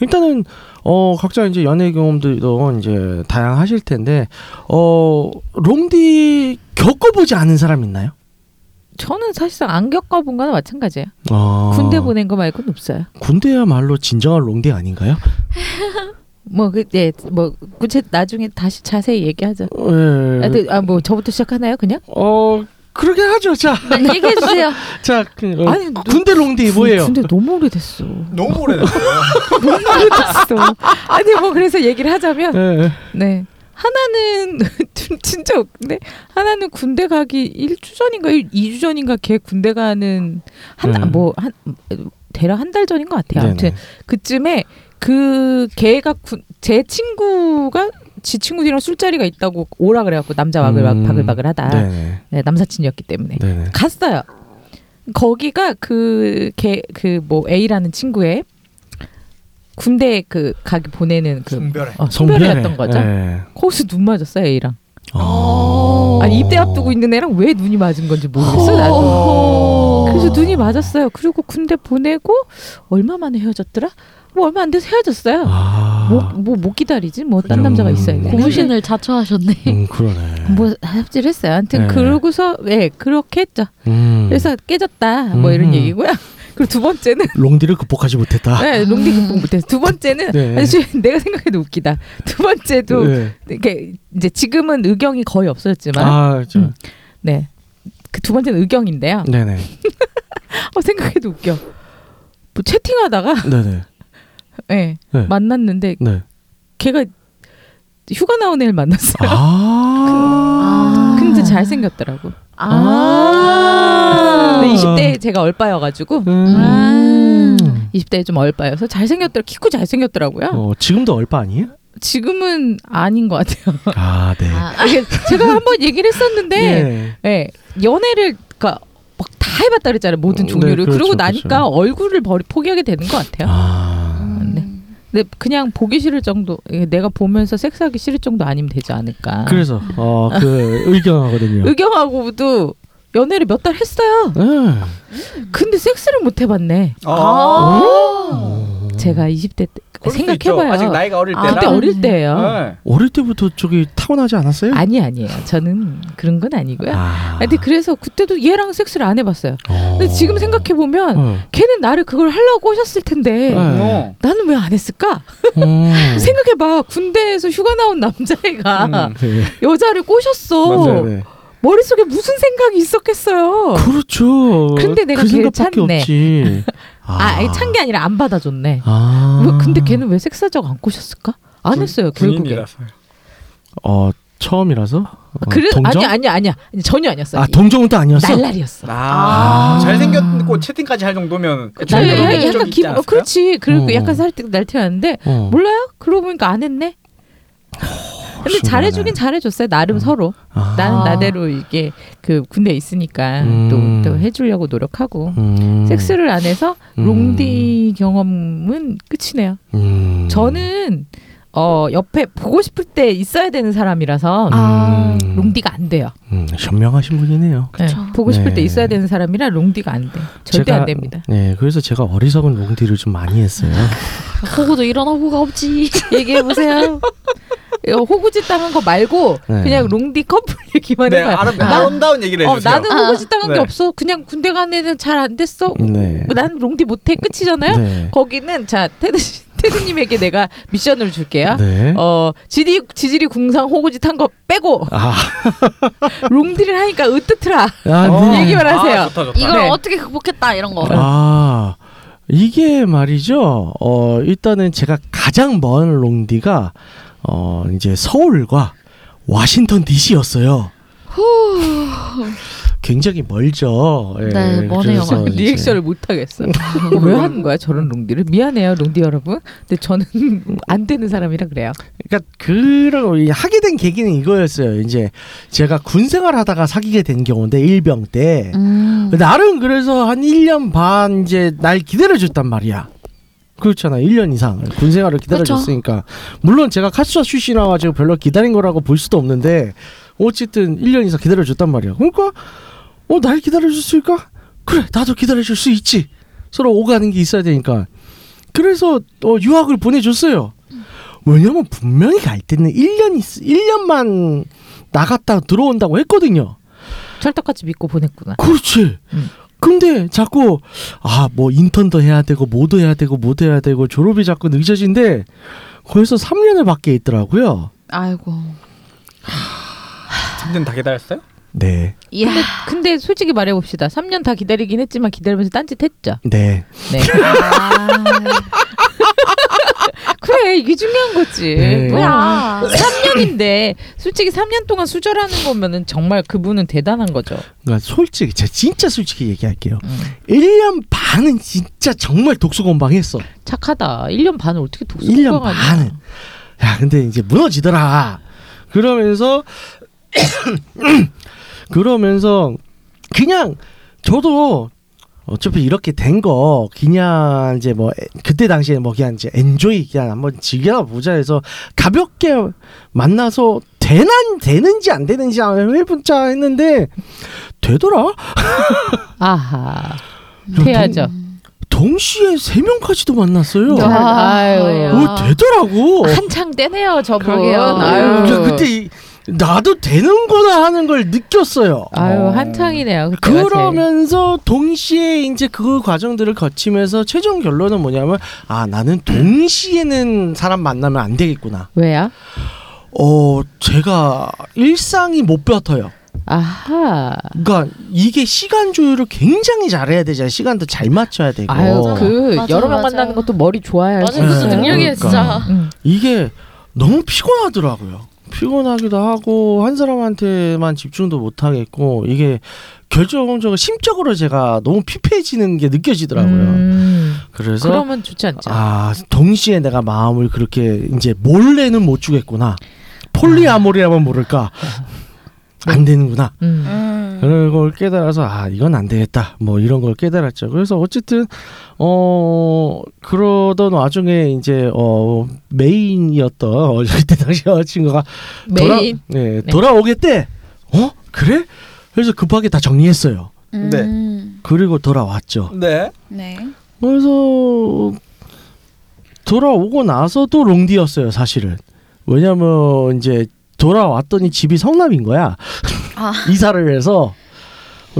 Speaker 4: 일단은 어 각자 이제 연애 경험들도 이제 다양하실 텐데 어 롱디 겪어보지 않은 사람 있나요?
Speaker 1: 저는 사실상 안 겪어본 거나 마찬가지예요.
Speaker 4: 어,
Speaker 1: 군대 보낸 거 말고는 없어요.
Speaker 4: 군대야말로 진정한 롱디 아닌가요?
Speaker 1: 뭐 그때 뭐 구체 나중에 다시 자세히 얘기하죠.
Speaker 4: 예.
Speaker 1: 아뭐 저부터 시작하나요 그냥?
Speaker 4: 어 그러게 하죠. 자,
Speaker 3: 네, 얘기해 주세요.
Speaker 4: 자, 그, 어,
Speaker 1: 아니, 너-
Speaker 4: 군대 롱디 뭐예요?
Speaker 1: 군대 너무 오래됐어.
Speaker 5: 너무 오래됐어요
Speaker 1: 너무 오래됐어. 아니 뭐 그래서 얘기를 하자면
Speaker 4: 예, 예.
Speaker 1: 네. 하나는 진- 진짜 웃긴데 하나는 군대 가기 1주 전인가 2주 전인가 걔 군대 가는
Speaker 4: 네.
Speaker 1: 한 뭐 한 대략 한 달 전인 것 같아요. 아무튼
Speaker 4: 네네.
Speaker 1: 그쯤에 그 걔가 군, 제 친구가 지 친구들이랑 술자리가 있다고 오라 그래갖고 남자 와글
Speaker 4: 음,
Speaker 1: 바글바글하다. 네.
Speaker 4: 네네.
Speaker 1: 남사친이었기 때문에
Speaker 4: 네네.
Speaker 1: 갔어요. 거기가 그 걔 그 뭐 A라는 친구의 군대 그 가기 보내는 그
Speaker 5: 분별해
Speaker 4: 아,
Speaker 1: 어, 성별이었던
Speaker 4: 성별에,
Speaker 1: 거죠.
Speaker 4: 예.
Speaker 1: 거기서 눈 맞았어요 A랑
Speaker 4: 어.
Speaker 1: 아니 입대 앞두고 있는 애랑 왜 눈이 맞은 건지 모르겠어 나도
Speaker 3: 오.
Speaker 1: 그래서 눈이 맞았어요. 그리고 군대 보내고 얼마 만에 헤어졌더라? 뭐 얼마 안 돼서 헤어졌어요.
Speaker 4: 아,
Speaker 1: 뭐 뭐 못 기다리지? 뭐 딴
Speaker 4: 음.
Speaker 1: 남자가 있어야 돼.
Speaker 3: 고무신을 자초하셨네.
Speaker 4: 음, 그러네.
Speaker 1: 뭐 합질했어요. 하여튼
Speaker 4: 네.
Speaker 1: 그러고서 예 그렇게 했죠.
Speaker 4: 음,
Speaker 1: 그래서 깨졌다 뭐 이런
Speaker 4: 음.
Speaker 1: 얘기고요. 그리고 두 번째는
Speaker 4: 롱디를 극복하지 못했다.
Speaker 1: 네, 롱디 극복 못해서 두 번째는
Speaker 4: 아. 네.
Speaker 1: 사실 내가 생각해도 웃기다. 두 번째도
Speaker 4: 네.
Speaker 1: 이렇게 이제 지금은 의경이 거의 없어졌지만
Speaker 4: 아, 저, 아.
Speaker 1: 음. 네. 그 두 번째는 의경인데요.
Speaker 4: 네네,
Speaker 1: 어, 생각해도 웃겨. 뭐 채팅하다가
Speaker 4: 네네,
Speaker 1: 예
Speaker 4: 네.
Speaker 1: 만났는데
Speaker 4: 네.
Speaker 1: 걔가 휴가 나온 애를 만났어요.
Speaker 4: 아,
Speaker 1: 근데 잘 생겼더라고.
Speaker 4: 아.
Speaker 1: 근데 네, 20대에 제가 얼빠여가지고
Speaker 4: 음.
Speaker 1: 20대에 좀 얼빠여서 잘 생겼더라. 키고 잘 생겼더라고요.
Speaker 4: 어, 지금도 얼빠 아니에요?
Speaker 1: 지금은 아닌 것 같아요.
Speaker 4: 아, 네.
Speaker 1: 이게 예, 제가 한번 얘기를 했었는데
Speaker 4: 예.
Speaker 1: 예, 연애를 그니까 막 다 해봤다 그랬잖아요 모든
Speaker 4: 네,
Speaker 1: 종류를
Speaker 4: 그렇죠,
Speaker 1: 그러고 나니까
Speaker 4: 그렇죠.
Speaker 1: 얼굴을 버리, 포기하게 되는 것 같아요.
Speaker 4: 아,
Speaker 1: 음.
Speaker 3: 음. 네.
Speaker 1: 근데 그냥 보기 싫을 정도 예, 내가 보면서 섹스하기 싫을 정도 아니면 되지 않을까.
Speaker 4: 그래서 어, 그 의견하거든요.
Speaker 1: 의경하고도 연애를 몇 달 했어요.
Speaker 4: 음.
Speaker 1: 근데 섹스를 못 해봤네.
Speaker 2: 음.
Speaker 1: 제가 20대 때
Speaker 5: 어. 그럴 수도 있죠.
Speaker 1: 생각해봐요.
Speaker 5: 아직 나이가 어릴
Speaker 3: 아,
Speaker 5: 때라.
Speaker 1: 그때 어릴 때예요.
Speaker 2: 아.
Speaker 5: 네.
Speaker 4: 어릴 때부터 저기 타고나지 않았어요?
Speaker 1: 아니 아니에요. 저는 그런 건 아니고요.
Speaker 4: 아.
Speaker 1: 근데 그래서 그때도 얘랑 섹스를 안 해봤어요. 근데
Speaker 4: 어.
Speaker 1: 지금 생각해 보면
Speaker 4: 어.
Speaker 1: 걔는 나를 그걸 하려고 오셨을 텐데
Speaker 4: 네.
Speaker 5: 어.
Speaker 1: 나는 왜 안 했을까?
Speaker 4: 음.
Speaker 1: 생각해봐 군대에서 휴가 나온 남자애가
Speaker 5: 음.
Speaker 4: 네.
Speaker 1: 여자를 꼬셨어
Speaker 4: 맞아요. 네.
Speaker 1: 머릿속에 무슨 생각이 있었어요
Speaker 4: 그렇죠.
Speaker 1: 근데 내가
Speaker 4: 그
Speaker 1: 걔를
Speaker 4: 생각밖에
Speaker 1: 찾네.
Speaker 4: 없지.
Speaker 1: 아, 찬 게 아니라 안 받아줬네
Speaker 4: 아. 그
Speaker 1: 왜, 근데 걔는 왜 섹스적 안 꼬셨을까? 안 했어요 결국에
Speaker 5: 군인이라서요.
Speaker 4: 어 처음이라서. 어,
Speaker 1: 그래
Speaker 4: 동정?
Speaker 1: 아니 아니 아니야 아니, 전혀 아니었어요
Speaker 4: 아 동정은 또 아니었어.
Speaker 1: 날라리였어
Speaker 5: 아, 잘생겼고 채팅까지 할 정도면
Speaker 1: 날
Speaker 4: 날라리
Speaker 5: 그런
Speaker 1: 약간
Speaker 5: 적이 있지
Speaker 1: 기분 어,
Speaker 5: 않았어요?
Speaker 1: 그렇지 그리고
Speaker 4: 어.
Speaker 1: 약간 살짝 날태웠는데
Speaker 4: 어.
Speaker 1: 몰라요 그러고 보니까 안 했네 근데
Speaker 4: 신기하네.
Speaker 1: 잘해주긴 잘해줬어요 나름 서로
Speaker 4: 아.
Speaker 1: 나는
Speaker 3: 아.
Speaker 1: 나대로 이게 그 군대 에 있으니까
Speaker 4: 음.
Speaker 1: 또, 또 해주려고 노력하고
Speaker 4: 음.
Speaker 1: 섹스를 안 해서
Speaker 4: 음.
Speaker 1: 롱디 경험은 끝이네요.
Speaker 4: 음.
Speaker 1: 저는 어 옆에 보고 싶을 때 있어야 되는 사람이라서
Speaker 3: 아,
Speaker 4: 음.
Speaker 1: 롱디가 안 돼요.
Speaker 4: 음, 현명하신 분이네요.
Speaker 1: 네, 보고 싶을
Speaker 4: 네.
Speaker 1: 때 있어야 되는 사람이라 롱디가 안 돼. 절대
Speaker 4: 제가-
Speaker 1: 안 됩니다.
Speaker 4: 네, 그래서 제가 어리석은 롱디를 좀 많이 했어요.
Speaker 3: 보고도 이런 호구가 없지.
Speaker 1: 얘기해 보세요. 어, 호구짓 당한 거 말고
Speaker 4: 네.
Speaker 1: 그냥 롱디 커플 얘기만
Speaker 5: 네,
Speaker 1: 해봐요.
Speaker 5: 아름,
Speaker 1: 나-
Speaker 5: 아름다운 얘기를
Speaker 1: 어,
Speaker 5: 해주세요.
Speaker 1: 나는 호구짓 당한
Speaker 5: 네.
Speaker 1: 게 없어. 그냥 군대 간 애는 잘 안 됐어.
Speaker 4: 네.
Speaker 1: 난 롱디 못해 끝이잖아요. 어,
Speaker 4: 네.
Speaker 1: 거기는 자 테드 씨- 테드님에게 내가 미션을 줄게요.
Speaker 4: 네.
Speaker 1: 어 지디 지질이 궁상 호구짓 한 거 빼고
Speaker 4: 아,
Speaker 1: 롱디를 하니까 으뜨트라
Speaker 4: 아, 네.
Speaker 1: 어, 얘기만 하세요.
Speaker 5: 아, 좋다, 좋다.
Speaker 1: 이거-
Speaker 3: 이걸
Speaker 1: 네.
Speaker 3: 어떻게 극복했다 이런 거.
Speaker 4: 아 이게 말이죠. 어 일단은 제가 가장 먼 롱디가 어 이제 서울과 워싱턴 D.C.였어요. 굉장히 멀죠. 예,
Speaker 3: 네, 머네요.
Speaker 4: 그래서 이제-
Speaker 1: 리액션을 못 하겠어. 왜 하는 거야 저런 롱디를? 미안해요 롱디 여러분. 근데 저는 안 되는 사람이라 그래요.
Speaker 4: 그러니까 그런 하게 된 계기는 이거였어요. 이제 제가 군 생활하다가 사귀게 된 경우인데 일병 때
Speaker 3: 음.
Speaker 4: 나름 그래서 한 1년 반 이제 날 기다려줬단 말이야. 그렇잖아. 1년 이상 군 생활을 기다려줬으니까. 물론 제가 카츠와 출신이라 가지고 별로 기다린 거라고 볼 수도 없는데 어쨌든 1년 이상 기다려줬단 말이야. 그러니까 어, 날 기다려줬을까? 그래, 나도 기다려줄 수 있지. 서로 오가는 게 있어야 되니까. 그래서 어, 유학을 보내줬어요. 왜냐면 분명히 갈 때는 1년, 있, 1년만 나갔다 들어온다고 했거든요.
Speaker 1: 철떡같이 믿고 보냈구나.
Speaker 4: 그렇지.
Speaker 1: 음.
Speaker 4: 근데 자꾸 아 뭐 인턴도 해야 되고 뭐도 해야 되고 뭐도 해야 되고 졸업이 자꾸 늦어진데 거기서 3년을 밖에 있더라고요.
Speaker 3: 아이고.
Speaker 5: 3년 다 기다렸어요?
Speaker 4: 네,
Speaker 3: 이야.
Speaker 1: 근데 솔직히 말해봅시다. 3년 다 기다리긴 했지만 기다리면서 딴짓 했죠.
Speaker 4: 네,
Speaker 1: 네.
Speaker 3: 아,
Speaker 1: 그래 이게 중요한 거지.
Speaker 4: 네.
Speaker 3: 그
Speaker 1: 뭐야. 3년인데 솔직히 3년 동안 수절하는 거면은 정말 그분은 대단한 거죠.
Speaker 4: 그러니까 솔직히 제가 진짜 솔직히 얘기할게요.
Speaker 1: 음.
Speaker 4: 1년 반은 진짜 정말 독수건방했어.
Speaker 1: 착하다. 1년 반을 어떻게 독서
Speaker 4: 1년 반은 야 근데 이제 무너지더라. 그러면서 그러면서 그냥 저도 어차피 이렇게 된 거 그냥 이제 뭐 에- 그때 당시에 뭐 그냥 이제 엔조이 그냥 한번 즐겨 보자 해서 가볍게 만나서 되난 되는지 안 되는지 한 1분짜 했는데 되더라.
Speaker 1: 아하.
Speaker 4: 저
Speaker 1: 해야죠.
Speaker 4: 음.
Speaker 1: 네.
Speaker 4: 동시에 세 명까지도 만났어요.
Speaker 1: 야, 아유.
Speaker 4: 오 되더라고.
Speaker 6: 한창 때네요 저분.
Speaker 1: 어. 그러게요. 음.
Speaker 6: 아유.
Speaker 4: 어, 저 그때 이, 나도 되는구나 하는 걸 느꼈어요.
Speaker 1: 아유
Speaker 5: 어.
Speaker 1: 한창이네요. 그때가
Speaker 4: 그러면서 동시에 이제 그 과정들을 거치면서 최종 결론은 뭐냐면 아 나는 동시에는 사람 만나면 안 되겠구나.
Speaker 1: 제일. 왜야?
Speaker 4: 어 제가 일상이 못 뱉어요.
Speaker 1: 아하.
Speaker 4: 그러니까 이게 시간 조율을 굉장히 잘해야 되잖아요. 시간도 잘 맞춰야 되고.
Speaker 1: 아유 그
Speaker 6: 맞아요,
Speaker 1: 여러 명
Speaker 6: 맞아요.
Speaker 1: 만나는 것도 머리 좋아야지. 음.
Speaker 6: 맞아요. 무슨
Speaker 4: 네,
Speaker 6: 능력이에요
Speaker 4: 그러니까.
Speaker 6: 진짜.
Speaker 1: 응.
Speaker 4: 이게 너무 피곤하더라고요. 피곤하기도 하고 한 사람한테만 집중도 못 하겠고 이게 결정적으로 심적으로 제가 너무 피폐해지는 게 느껴지더라고요.
Speaker 1: 음.
Speaker 4: 그래서
Speaker 1: 그러면 좋지 않죠.
Speaker 4: 아 동시에 내가 마음을 그렇게 이제 몰래는 못 주겠구나. 폴리아모리라면 모를까. 안 되는구나.
Speaker 1: 음.
Speaker 4: 그런 걸 깨달아서 아 이건 안 되겠다. 뭐 이런 걸 깨달았죠. 그래서 어쨌든 어 그러던 와중에 이제 어 메인이었던 어, 그때 당시 여자친구가 돌아
Speaker 6: 메인.
Speaker 4: 네, 돌아오겠대. 어 그래? 그래서 급하게 다 정리했어요.
Speaker 2: 네.
Speaker 4: 그리고 돌아왔죠.
Speaker 5: 네.
Speaker 3: 음. 네.
Speaker 4: 그래서 돌아오고 나서도 롱디였어요 사실은 왜냐면 이제 돌아왔더니 집이 성남인 거야
Speaker 3: 아.
Speaker 4: 이사를 해서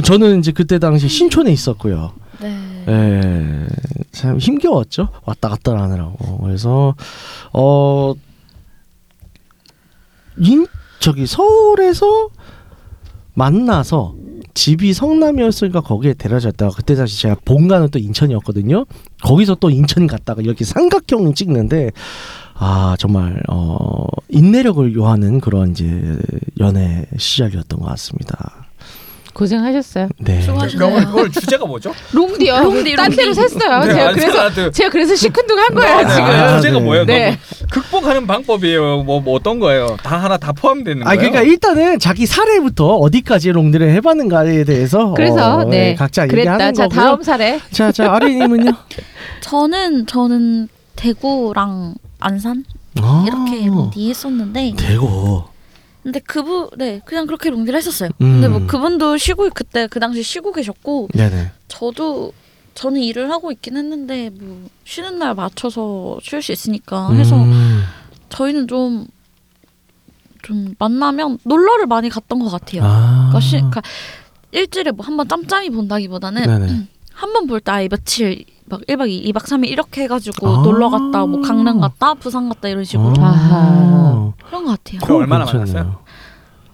Speaker 4: 저는 이제 그때 당시 신촌에 있었고요
Speaker 3: 네.
Speaker 4: 예, 참 힘겨웠죠 왔다 갔다 하느라고 그래서 어 인, 저기 서울에서 만나서 집이 성남이었으니까 거기에 데려졌다가 그때 당시 제가 본가는 또 인천이었거든요. 거기서 또 인천 갔다가 여기 삼각형을 찍는데 아 정말 어 인내력을 요하는 그런 이제 연애 시작이었던 것 같습니다.
Speaker 1: 고생하셨어요.
Speaker 4: 네.
Speaker 5: 그럼 오늘 주제가 뭐죠? 네.
Speaker 1: 롱디요. 네,
Speaker 6: 롱디,
Speaker 1: 딴
Speaker 6: 롱디.
Speaker 1: 데로 샜어요. 제가
Speaker 5: 아니,
Speaker 1: 그래서
Speaker 5: 사람한테-
Speaker 1: 제가 그래서 시큰둥한 거예요
Speaker 5: 아,
Speaker 1: 지금.
Speaker 4: 아,
Speaker 5: 주제가
Speaker 4: 네.
Speaker 5: 뭐예요?
Speaker 1: 네.
Speaker 5: 그럼 극복하는 방법이에요. 뭐, 뭐 어떤 거예요? 다 하나 다 포함되는
Speaker 4: 아
Speaker 5: 거예요?
Speaker 4: 그러니까 일단은 자기 사례부터 어디까지 롱디를 해봤는가에 대해서
Speaker 1: 그래서
Speaker 4: 어,
Speaker 1: 네.
Speaker 4: 예, 각자
Speaker 1: 그랬다.
Speaker 4: 얘기하는
Speaker 1: 자
Speaker 4: 거고요.
Speaker 1: 다음 사례.
Speaker 4: 자자 아리님은요?
Speaker 3: 저는 저는 대구랑 안산
Speaker 4: 아,
Speaker 3: 이렇게 롱디 했었는데
Speaker 4: 대고
Speaker 3: 근데 그분 네 그냥 그렇게 롱디를 했었어요.
Speaker 4: 음.
Speaker 3: 근데 뭐 그분도 쉬고 그때 그 당시 쉬고 계셨고
Speaker 4: 네네
Speaker 3: 저도 저는 일을 하고 있긴 했는데 뭐 쉬는 날 맞춰서 쉴 수 있으니까 해서
Speaker 4: 음.
Speaker 3: 저희는 좀 좀 만나면 놀러를 많이 갔던 것 같아요.
Speaker 4: 아.
Speaker 3: 그러니까, 쉬, 그러니까 일주일에 뭐 한 번 짬짬이 본다기보다는
Speaker 4: 네네.
Speaker 3: 한 번 볼 때 아예 며칠 막 1박 2일, 2박 3일 이렇게 해가지고
Speaker 4: 아.
Speaker 3: 놀러 갔다, 뭐 강남 갔다, 부산 갔다 이런 식으로
Speaker 4: 아.
Speaker 1: 아하.
Speaker 3: 그런 것 같아요.
Speaker 5: 그럼 얼마나
Speaker 4: 괜찮네요.
Speaker 5: 만났어요?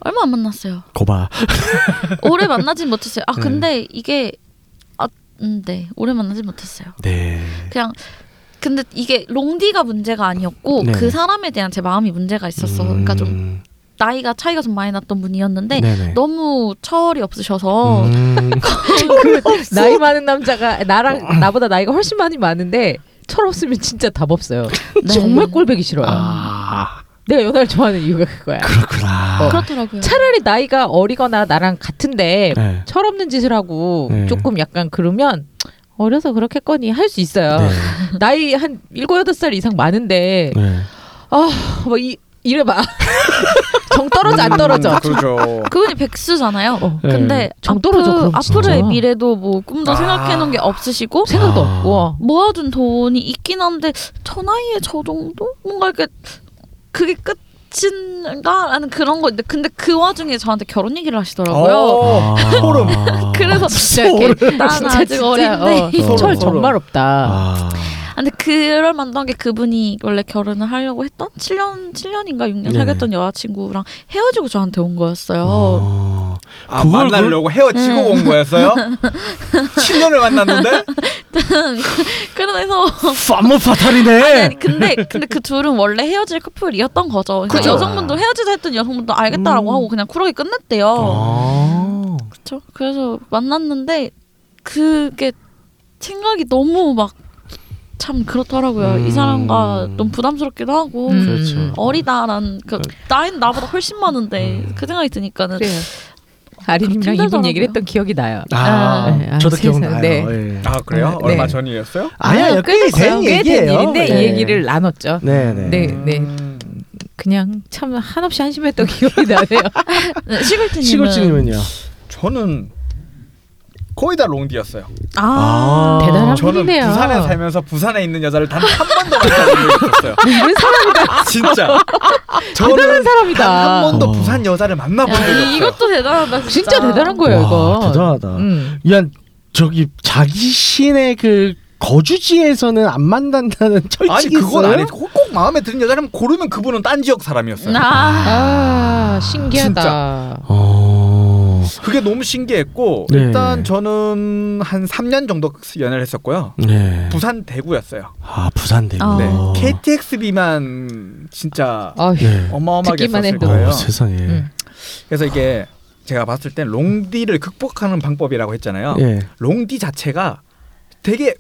Speaker 3: 얼마 안 만났어요.
Speaker 4: 거봐.
Speaker 3: 오래 만나진 못했어요. 아
Speaker 4: 네.
Speaker 3: 근데 이게 아, 음, 네 오래 만나진 못했어요.
Speaker 4: 네.
Speaker 3: 그냥 근데 이게 롱디가 문제가 아니었고
Speaker 4: 네.
Speaker 3: 그 사람에 대한 제 마음이 문제가 있었어. 그러니까 좀
Speaker 4: 음.
Speaker 3: 나이가 차이가 좀 많이 났던 분이었는데
Speaker 4: 네네.
Speaker 3: 너무 어. 철이 없으셔서
Speaker 4: 음.
Speaker 1: 그 나이 많은 남자가 나랑 나보다 나이가 훨씬 많이 많은데 철 없으면 진짜 답 없어요.
Speaker 3: 네.
Speaker 1: 정말 꼴보기 싫어요.
Speaker 4: 아
Speaker 1: 내가 연애를 좋아하는 이유가 그거야.
Speaker 4: 그렇구나.
Speaker 3: 아,
Speaker 1: 어.
Speaker 3: 그렇더라고요.
Speaker 1: 차라리 나이가 어리거나 나랑 같은데
Speaker 4: 네.
Speaker 1: 철없는 짓을 하고
Speaker 4: 네.
Speaker 1: 조금 약간 그러면 어려서 그렇겠거니 할 수
Speaker 3: 아.
Speaker 1: 있어요.
Speaker 4: 네.
Speaker 1: 나이 한 일곱 여덟 살 이상 많은데 뭐
Speaker 4: 네.
Speaker 1: 아막이 이래봐 정 떨어져 안 떨어져.
Speaker 4: 아.
Speaker 5: 음, 그렇죠.
Speaker 3: 그분이 백수잖아요.
Speaker 1: 어.
Speaker 4: 네.
Speaker 3: 근데
Speaker 1: 정
Speaker 3: 앞으로
Speaker 1: 떨어져, 그럼 진짜.
Speaker 3: 앞으로의 미래도 뭐 꿈도
Speaker 5: 아.
Speaker 3: 생각해놓은 게 없으시고
Speaker 1: 생각도
Speaker 4: 아.
Speaker 1: 없고 어.
Speaker 3: 모아둔 돈이 있긴 한데 저 나이에 저 정도 뭔가 이렇게 그게 끝인가라는 그런 건데 근데 그 와중에 저한테 결혼 얘기를 하시더라고요.
Speaker 5: 어. 소름.
Speaker 3: 그래서 진짜 이렇게 난
Speaker 1: 진짜,
Speaker 3: 아직
Speaker 1: 진짜,
Speaker 3: 어린데
Speaker 1: 어. 철
Speaker 4: 서로, 서로.
Speaker 1: 정말 없다.
Speaker 4: 아.
Speaker 3: 근데 그럴 만한 게 그분이 원래 결혼을 하려고 했던 7년 7년인가 6년
Speaker 4: 네네.
Speaker 3: 사귀었던 여자친구랑 헤어지고 저한테 온 거였어요.
Speaker 4: 어.
Speaker 5: 아,
Speaker 4: 그걸
Speaker 5: 만나려고 헤어지고
Speaker 1: 음.
Speaker 5: 온 거였어요? 7년을 만났는데?
Speaker 3: 그래서
Speaker 4: 파모 파탈이네.
Speaker 3: 아니, 근데 근데 그 둘은 원래 헤어질 커플이었던 거죠. 그러니까
Speaker 4: 그죠.
Speaker 3: 여성분도 헤어지자 했던 여성분도 알겠다라고
Speaker 4: 아. 음.
Speaker 3: 하고 그냥 쿨하게 끝냈대요.
Speaker 1: 어.
Speaker 4: 아.
Speaker 3: 그렇죠. 그래서 만났는데 그게 생각이 너무 막 참 그렇더라고요.
Speaker 4: 음.
Speaker 3: 이 사람과 너무 부담스럽기도 하고
Speaker 1: 음.
Speaker 4: 그렇죠.
Speaker 3: 어리다라는 그 나이는 나보다 훨씬 많은데
Speaker 4: 네. 음.
Speaker 3: 그 생각이 드니까는
Speaker 1: 그래요. 아린이랑 이분
Speaker 3: 힘들더라고요.
Speaker 1: 얘기를 했던 기억이 나요.
Speaker 4: 아,
Speaker 1: 네, 아,
Speaker 4: 저도
Speaker 1: 세상에.
Speaker 4: 기억나요.
Speaker 1: 네.
Speaker 4: 예.
Speaker 5: 아, 그래요?
Speaker 1: 네.
Speaker 5: 얼마 전이었어요?
Speaker 4: 아야
Speaker 1: 아,
Speaker 4: 여기 된
Speaker 1: 꽤된
Speaker 4: 얘기예요.
Speaker 1: 일인데
Speaker 4: 네.
Speaker 1: 이 얘기를 나눴죠.
Speaker 4: 네네.
Speaker 1: 네, 네. 그냥 참 한없이 한심했던 기억이 나네요.
Speaker 3: 네, 시골트님은
Speaker 4: 시골집이면요.
Speaker 5: 저는 거의 다 롱디였어요.
Speaker 3: 아,
Speaker 1: 대단한
Speaker 5: 저는
Speaker 1: 분이네요.
Speaker 5: 부산에 살면서 부산에 있는 여자를 단 한 번도 만나본 적이 없어요.
Speaker 1: 뭐 이런 사람이다.
Speaker 5: 진짜.
Speaker 1: 대단한
Speaker 5: 저는
Speaker 1: 사람이다. 아,
Speaker 5: 단한 번도
Speaker 4: 어.
Speaker 5: 부산 여자를 만나본 적이 없어요.
Speaker 4: 네.
Speaker 3: 이, 이것도 대단하다. 진짜,
Speaker 1: 진짜 대단한 거예요,
Speaker 4: 와,
Speaker 1: 이거.
Speaker 4: 대단하다.
Speaker 1: 음.
Speaker 4: 야 아, 저기 자기신의 그 거주지에서는 안 만난다는 철칙이
Speaker 5: 아니 그건
Speaker 4: 있어요?
Speaker 5: 아니지. 꼭, 꼭 마음에 드는 여자라면 고르면 그분은 딴 지역 사람이었어요.
Speaker 3: 음, 나
Speaker 1: 아, 신기하다.
Speaker 4: 어.
Speaker 5: 그게 너무 신기했고
Speaker 4: 네.
Speaker 5: 일단 저는 한 3년 정도 연애를 했었고요.
Speaker 4: 네.
Speaker 5: 부산 대구였어요.
Speaker 4: 아 부산대구.
Speaker 3: 어.
Speaker 5: 네.
Speaker 4: 어.
Speaker 5: KTX비만 진짜
Speaker 1: 어휴.
Speaker 4: 네.
Speaker 5: 어마어마하게
Speaker 1: 듣기만
Speaker 5: 썼을
Speaker 1: 해도.
Speaker 5: 거예요.
Speaker 4: 어, 세상에.
Speaker 1: 음.
Speaker 5: 그래서 이게 제가 봤을 땐 롱디를 극복하는 방법이라고 했잖아요.
Speaker 4: 예.
Speaker 5: 롱디 자체가 되게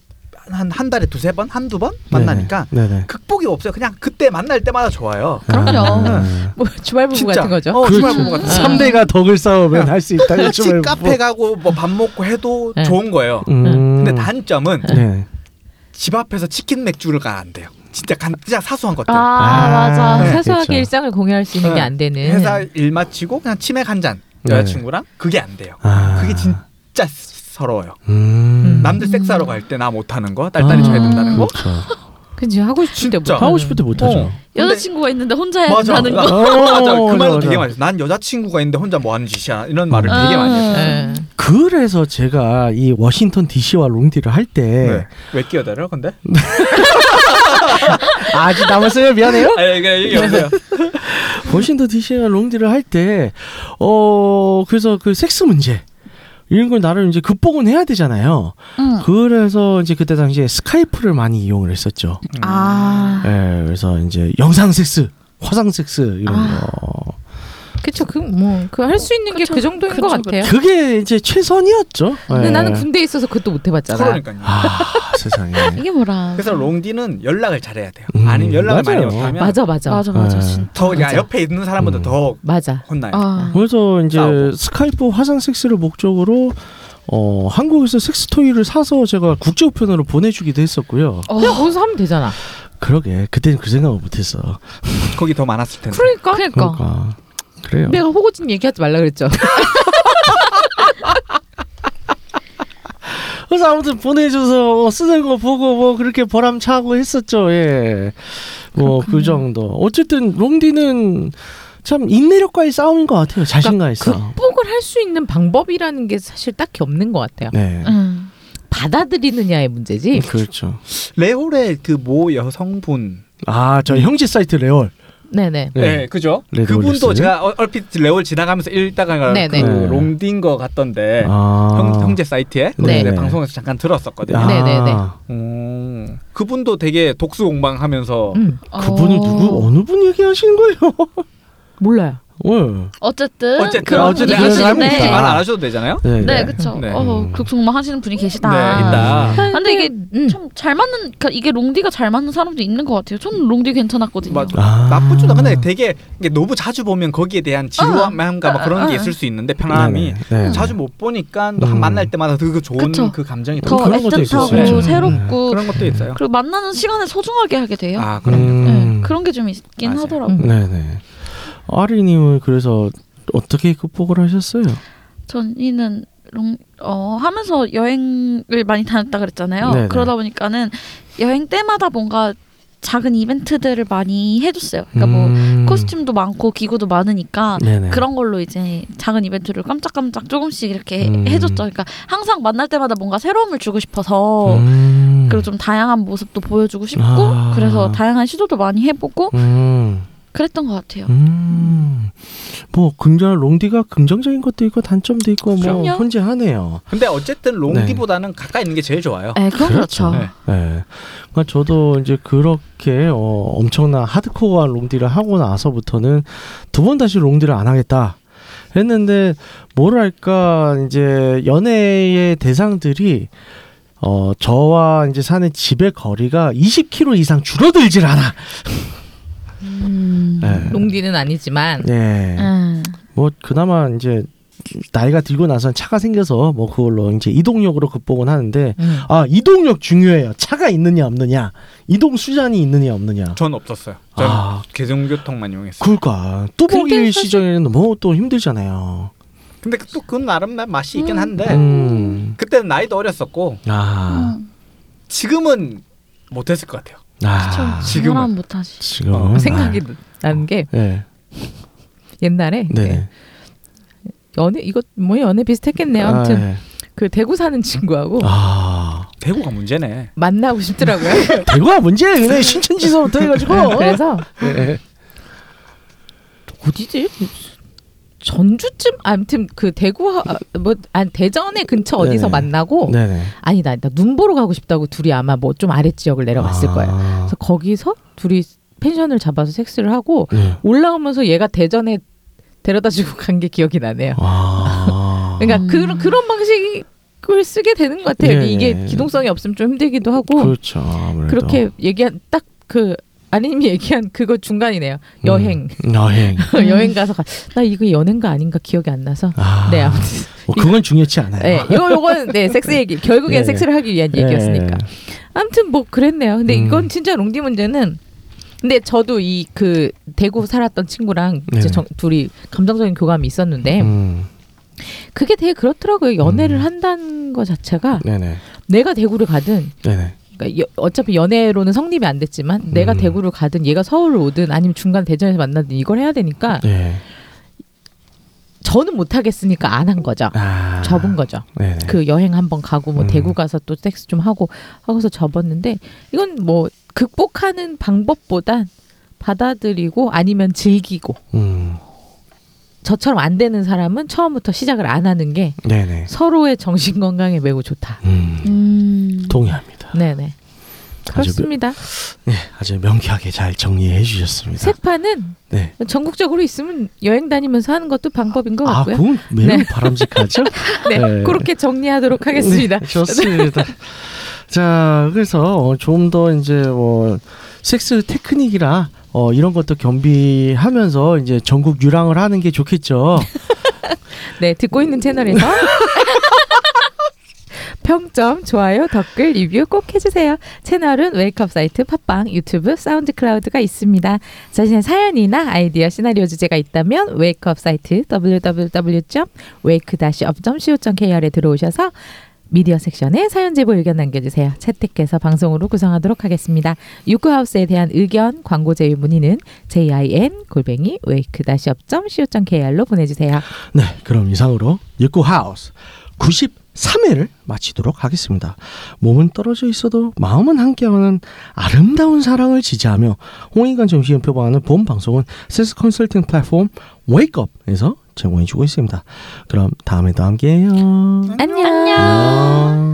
Speaker 5: 한 한 달에 두세 번, 한두 번 만나니까
Speaker 4: 네. 네.
Speaker 5: 극복이 없어요. 그냥 그때 만날 때마다 좋아요.
Speaker 1: 그럼요.
Speaker 4: 아.
Speaker 1: 뭐 주말 부부
Speaker 5: 진짜.
Speaker 1: 같은 거죠.
Speaker 5: 어, 주말
Speaker 4: 그렇죠.
Speaker 5: 부부 같은 거.
Speaker 4: 3대가 덕을 쌓으면 할 수 있다는
Speaker 5: 집 카페 가고 뭐 밥 먹고 해도
Speaker 1: 네.
Speaker 5: 좋은 거예요.
Speaker 4: 음.
Speaker 5: 근데 단점은
Speaker 4: 네.
Speaker 5: 집 앞에서 치킨 맥주가 안 돼요. 진짜 간 진짜 사소한 것들.
Speaker 3: 아, 맞아.
Speaker 4: 네,
Speaker 1: 사소하게
Speaker 4: 그렇죠.
Speaker 1: 일상을 공유할 수 있는
Speaker 5: 네.
Speaker 1: 게 안 되는.
Speaker 5: 회사 일 마치고 그냥 치맥 한 잔.
Speaker 4: 예. 네.
Speaker 5: 여자친구랑 그게 안 돼요.
Speaker 4: 아.
Speaker 5: 그게 진짜 서러워요.
Speaker 4: 음.
Speaker 5: 남들 섹스하러 갈 때 나 못하는 거, 딸딸이
Speaker 4: 아.
Speaker 5: 져야 된다는 거.
Speaker 4: 그렇죠.
Speaker 1: 그지 하고 싶을 때 뭐.
Speaker 5: 진짜.
Speaker 1: 못하는.
Speaker 4: 하고 싶을 때 뭐. 못하죠. 어,
Speaker 5: 어.
Speaker 3: 여자친구가 있는데 혼자 해야
Speaker 5: 맞아.
Speaker 3: 된다는
Speaker 5: 나,
Speaker 3: 거.
Speaker 5: 맞아. 그
Speaker 4: 맞아,
Speaker 5: 말도 되게
Speaker 4: 맞아.
Speaker 5: 많이 했어. 난 여자친구가 있는데 혼자 뭐 하는 짓이야. 이런 말을
Speaker 4: 음.
Speaker 5: 되게 많이 했어요.
Speaker 1: 네.
Speaker 4: 그래서 제가 이 워싱턴 DC와 롱디를 할 때
Speaker 5: 네. 왜 끼어들어 근데?
Speaker 4: 아직 남았어요 미안해요.
Speaker 5: 아, 이게 이게 여보세요.
Speaker 4: 워싱턴 DC와 롱디를 할 때 어 그래서 그 섹스 문제 이런 걸 나름 이제 극복은 해야 되잖아요. 그래서 이제 그때 당시에 스카이프를 많이 이용을 했었죠.
Speaker 3: 아,
Speaker 4: 예, 그래서 이제 영상 섹스, 화상 섹스 이런
Speaker 3: 아.
Speaker 4: 거.
Speaker 1: 그쵸. 그뭐그 할 수 있는 게
Speaker 3: 그쵸,
Speaker 1: 그 정도인 것
Speaker 3: 그쵸,
Speaker 1: 같아요.
Speaker 4: 그게 이제 최선이었죠.
Speaker 1: 근데
Speaker 4: 예.
Speaker 1: 나는 군대에 있어서 그것도 못 해봤잖아.
Speaker 5: 그러니까요.
Speaker 4: 아 세상에.
Speaker 3: 이게 뭐라.
Speaker 5: 그래서 롱디는 연락을 잘해야 돼요.
Speaker 4: 음,
Speaker 5: 아니면 연락을
Speaker 4: 맞아요.
Speaker 5: 많이 못하면
Speaker 1: 맞아, 맞아, 맞아,
Speaker 3: 맞아, 맞아.
Speaker 4: 예.
Speaker 3: 진짜.
Speaker 5: 더 그냥
Speaker 1: 맞아.
Speaker 5: 옆에 있는 사람보다
Speaker 4: 음.
Speaker 5: 더
Speaker 4: 네.
Speaker 5: 혼나요.
Speaker 3: 아,
Speaker 4: 그래서 이제
Speaker 5: 싸우고.
Speaker 4: 스카이프 화상 섹스를 목적으로 어 한국에서 섹스 토이를 사서 제가 국제 우편으로 보내주기도 했었고요.
Speaker 3: 어.
Speaker 1: 그냥 거기서 하면 되잖아.
Speaker 4: 그러게 그때는 그 생각을 못했어.
Speaker 5: 거기 더 많았을 텐데.
Speaker 1: 그러니까.
Speaker 3: 그러니까.
Speaker 4: 그러니까 그래요.
Speaker 1: 내가 호구진 얘기하지 말라 그랬죠.
Speaker 4: 그래서 아무튼 보내줘서 어, 쓰는 거 보고 뭐 그렇게 보람 차고 했었죠. 예. 뭐 그 정도. 어쨌든 롱디는 참 인내력과의 싸움인 것 같아요. 자신과의 싸움.
Speaker 1: 극복을 그 할 수 있는 방법이라는 게 사실 딱히 없는 것 같아요.
Speaker 4: 네.
Speaker 3: 음.
Speaker 1: 받아들이느냐의 문제지.
Speaker 4: 그렇죠.
Speaker 5: 레올의 그 모 여성분.
Speaker 4: 아, 저 형제 사이트 레올.
Speaker 1: 네네.
Speaker 5: 네, 그죠?
Speaker 4: 레드
Speaker 5: 그분도
Speaker 4: 올리스.
Speaker 5: 제가 얼- 얼핏 레올 지나가면서 읽다가
Speaker 1: 네,
Speaker 5: 그
Speaker 1: 네.
Speaker 5: 롱디인 것 같던데
Speaker 4: 아.
Speaker 5: 네. 형, 형제 사이트에
Speaker 4: 네.
Speaker 5: 네, 방송에서 잠깐 들었었거든요.
Speaker 4: 아.
Speaker 1: 네, 네, 네.
Speaker 5: 음, 그분도 되게 독수공방하면서
Speaker 1: 음,
Speaker 4: 그분이
Speaker 3: 어.
Speaker 4: 누구 어느 분 얘기하시는 거예요?
Speaker 1: 몰라요.
Speaker 4: 왜?
Speaker 3: 어쨌든.
Speaker 5: 어쨌든
Speaker 3: 그런
Speaker 4: 어쨌든
Speaker 3: 분이
Speaker 4: 그런
Speaker 3: 계시는데.
Speaker 4: 사람이 있다.
Speaker 5: 말 안 하셔도 되잖아요.
Speaker 4: 네,
Speaker 3: 네, 그쵸.
Speaker 5: 네.
Speaker 3: 어, 극성만 하시는 분이 계시다.
Speaker 5: 네, 있다.
Speaker 3: 아, 근데 이게
Speaker 1: 음.
Speaker 3: 좀 잘 맞는, 그러니까 이게 롱디가 잘 맞는 사람도 있는 것 같아요. 저는 롱디 괜찮았거든요.
Speaker 5: 맞아.
Speaker 4: 아.
Speaker 5: 나쁘지도 않아. 근데 되게 이게 너무 자주 보면 거기에 대한 지루함과 막 그런 게
Speaker 3: 어, 어.
Speaker 5: 있을 수 있는데 편함이
Speaker 4: 네.
Speaker 5: 자주 못 보니까 또
Speaker 4: 음.
Speaker 5: 한 만날 때마다 그 좋은
Speaker 3: 그쵸.
Speaker 5: 그 감정이
Speaker 3: 더
Speaker 4: 그런 것도 네. 있을 수
Speaker 3: 애틋하고
Speaker 4: 있죠.
Speaker 3: 새롭고
Speaker 5: 그런 것도 있어요.
Speaker 3: 아. 그리고 만나는 시간을 소중하게 하게
Speaker 1: 예.
Speaker 3: 돼요.
Speaker 5: 아, 그럼요.
Speaker 4: 음.
Speaker 3: 네, 그런 게 좀 있긴
Speaker 5: 맞아요.
Speaker 3: 하더라고요.
Speaker 4: 네네. 아리님은 그래서 어떻게 극복을 하셨어요?
Speaker 3: 저는 롱, 어, 하면서 여행을 많이 다녔다 그랬잖아요.
Speaker 4: 네네.
Speaker 3: 그러다 보니까는 여행 때마다 뭔가 작은 이벤트들을 많이 해줬어요. 그러니까 뭐
Speaker 4: 음.
Speaker 3: 코스튬도 많고 기구도 많으니까
Speaker 4: 네네.
Speaker 3: 그런 걸로 이제 작은 이벤트를 깜짝깜짝 조금씩 이렇게
Speaker 4: 음.
Speaker 3: 해줬죠. 그러니까 항상 만날 때마다 뭔가 새로움을 주고 싶어서
Speaker 4: 음.
Speaker 3: 그리고 좀 다양한 모습도 보여주고 싶고
Speaker 4: 아.
Speaker 3: 그래서 다양한 시도도 많이 해보고
Speaker 4: 음.
Speaker 3: 그랬던 것 같아요.
Speaker 4: 음. 뭐 긍정 롱디가 긍정적인 것도 있고 단점도 있고 뭐
Speaker 3: 그럼요.
Speaker 4: 혼재하네요.
Speaker 5: 근데 어쨌든 롱디보다는
Speaker 4: 네.
Speaker 5: 가까이 있는 게 제일 좋아요.
Speaker 3: 네, 그건 그렇죠.
Speaker 4: 그렇죠.
Speaker 5: 네.
Speaker 4: 네. 그러니까 저도 이제 그렇게 어, 엄청난 하드코어한 롱디를 하고 나서부터는 두 번 다시 롱디를 안 하겠다 했는데 뭐랄까 이제 연애의 대상들이 어 저와 이제 사는 집의 거리가 20km 이상 줄어들질 않아.
Speaker 3: 음.
Speaker 4: 네.
Speaker 1: 롱디는 아니지만
Speaker 4: 네.
Speaker 3: 음.
Speaker 4: 뭐 그나마 이제 나이가 들고 나선 차가 생겨서 뭐 그걸로 이제 이동력으로 극복은 하는데
Speaker 1: 음.
Speaker 4: 아 이동력 중요해요. 차가 있느냐 없느냐, 이동 수단이 있느냐 없느냐.
Speaker 5: 전 없었어요. 전
Speaker 4: 아그
Speaker 5: 대중교통만 이용했어요.
Speaker 4: 그러니까 뚜벅이
Speaker 1: 근데 사실-
Speaker 4: 시절에는 너무 또 힘들잖아요.
Speaker 5: 근데 또 그건 나름 나 맛이 있긴
Speaker 1: 네.
Speaker 5: 한데
Speaker 4: 음.
Speaker 5: 그때는 나이도 어렸었고
Speaker 4: 아.
Speaker 3: 음.
Speaker 5: 지금은 못했을 것 같아요.
Speaker 4: 아.
Speaker 5: 지금은.
Speaker 3: 사람 못하지.
Speaker 4: 지금 아.
Speaker 5: 어,
Speaker 1: 생각이 나는 게
Speaker 4: 예.
Speaker 1: 옛날에
Speaker 4: 네.
Speaker 1: 그
Speaker 4: 네.
Speaker 1: 연애 이거 뭐 연애 비슷했겠네요. 아무튼
Speaker 4: 아, 예.
Speaker 1: 그 대구 사는 친구하고
Speaker 4: 아.
Speaker 5: 대구가 문제네.
Speaker 1: 만나고 싶더라고요.
Speaker 4: 대구가 문제야.
Speaker 1: 네.
Speaker 4: 그냥 신천지서부터 해가지고.
Speaker 1: 그래서
Speaker 4: 예.
Speaker 1: 어디지? 전주쯤 아무튼 그 대구 뭐안 아, 대전의 근처 어디서
Speaker 4: 네네.
Speaker 1: 만나고
Speaker 4: 네네.
Speaker 1: 아니다 아니다 눈보러 가고 싶다고 둘이 아마 뭐 좀 아래 지역을 내려갔을 거예요.
Speaker 4: 아.
Speaker 1: 그래서 거기서 둘이 펜션을 잡아서 섹스를 하고
Speaker 4: 네.
Speaker 1: 올라오면서 얘가 대전에 데려다주고 간 게 기억이 나네요.
Speaker 4: 아.
Speaker 1: 그러니까 그런 그런 방식을 쓰게 되는 것 같아요.
Speaker 4: 예,
Speaker 1: 이게
Speaker 4: 예.
Speaker 1: 기동성이 없으면 좀 힘들기도 하고
Speaker 4: 그렇죠. 아무래도.
Speaker 1: 그렇게 얘기한 딱 그 아니님이 얘기한 그거 중간이네요. 여행
Speaker 4: 음. 여행.
Speaker 1: 여행 가서 가, 나 이거 연애인가 아닌가 기억이 안 나서
Speaker 4: 아.
Speaker 1: 네 아무튼
Speaker 4: 뭐 그건 중요치 않아요.
Speaker 1: 네, 이거 요건 네 섹스 얘기 결국엔
Speaker 4: 예, 예.
Speaker 1: 섹스를 하기 위한
Speaker 4: 예.
Speaker 1: 얘기였으니까 아무튼 뭐 그랬네요. 근데
Speaker 4: 음.
Speaker 1: 이건 진짜 롱디 문제는 근데 저도 이 그 대구 살았던 친구랑 이제
Speaker 4: 네네.
Speaker 1: 정- 둘이 감정적인 교감이 있었는데
Speaker 4: 음.
Speaker 1: 그게 되게 그렇더라고요. 연애를
Speaker 4: 음.
Speaker 1: 한다는 거 자체가
Speaker 4: 네네.
Speaker 1: 내가 대구를 가든
Speaker 4: 네네.
Speaker 1: 그러니까 여- 어차피 연애로는 성립이 안 됐지만 내가
Speaker 4: 음.
Speaker 1: 대구를 가든 얘가 서울을 오든 아니면 중간 대전에서 만나든 이걸 해야 되니까
Speaker 4: 예.
Speaker 1: 저는 못 하겠으니까 안 한 거죠.
Speaker 4: 아.
Speaker 1: 접은 거죠.
Speaker 4: 네네.
Speaker 1: 그 여행 한번 가고 뭐
Speaker 4: 음.
Speaker 1: 대구 가서 또 섹스 좀 하고 하고서 접었는데 이건 뭐 극복하는 방법보단 받아들이고 아니면 즐기고
Speaker 4: 음.
Speaker 1: 저처럼 안 되는 사람은 처음부터 시작을 안 하는 게
Speaker 4: 네네.
Speaker 1: 서로의 정신 건강에 매우 좋다.
Speaker 4: 음.
Speaker 3: 음.
Speaker 4: 동의합니다.
Speaker 1: 네네. 그렇습니다.
Speaker 4: 네, 아주 명쾌하게 잘 정리해 주셨습니다.
Speaker 1: 세파는
Speaker 4: 네.
Speaker 1: 전국적으로 있으면 여행 다니면서 하는 것도 방법인 것
Speaker 4: 아,
Speaker 1: 같고요.
Speaker 4: 그건 매우
Speaker 1: 네.
Speaker 4: 바람직하죠?
Speaker 1: 네,
Speaker 4: 네.
Speaker 1: 그렇게 정리하도록 하겠습니다.
Speaker 4: 네, 좋습니다. 자, 그래서 어, 좀 더 이제 뭐 섹스 테크닉이라 어, 이런 것도 겸비하면서 이제 전국 유랑을 하는 게 좋겠죠.
Speaker 1: 네, 듣고 있는 채널에서 평점, 좋아요, 댓글, 리뷰 꼭 해주세요. 채널은 웨이크업 사이트, 팟빵, 유튜브, 사운드 클라우드가 있습니다. 자신의 사연이나 아이디어, 시나리오 주제가 있다면 웨이크업 사이트 www.wake-up.co.kr에 들어오셔서 미디어 섹션에 사연 제보 의견 남겨주세요. 채택해서 방송으로 구성하도록 하겠습니다. 유쿠하우스에 대한 의견, 광고 제휴 문의는 jin-wake-up.co.kr로 보내주세요.
Speaker 4: 네, 그럼 이상으로 육구 하우스 93회를 마치도록 하겠습니다. 몸은 떨어져 있어도 마음은 함께하는 아름다운 사랑을 지지하며 홍인간 정신을 표방하는 본 방송은 센스 컨설팅 플랫폼 웨이크업에서 제공해주고 있습니다. 그럼 다음에도 함께해요.
Speaker 1: 안녕.
Speaker 4: 안녕.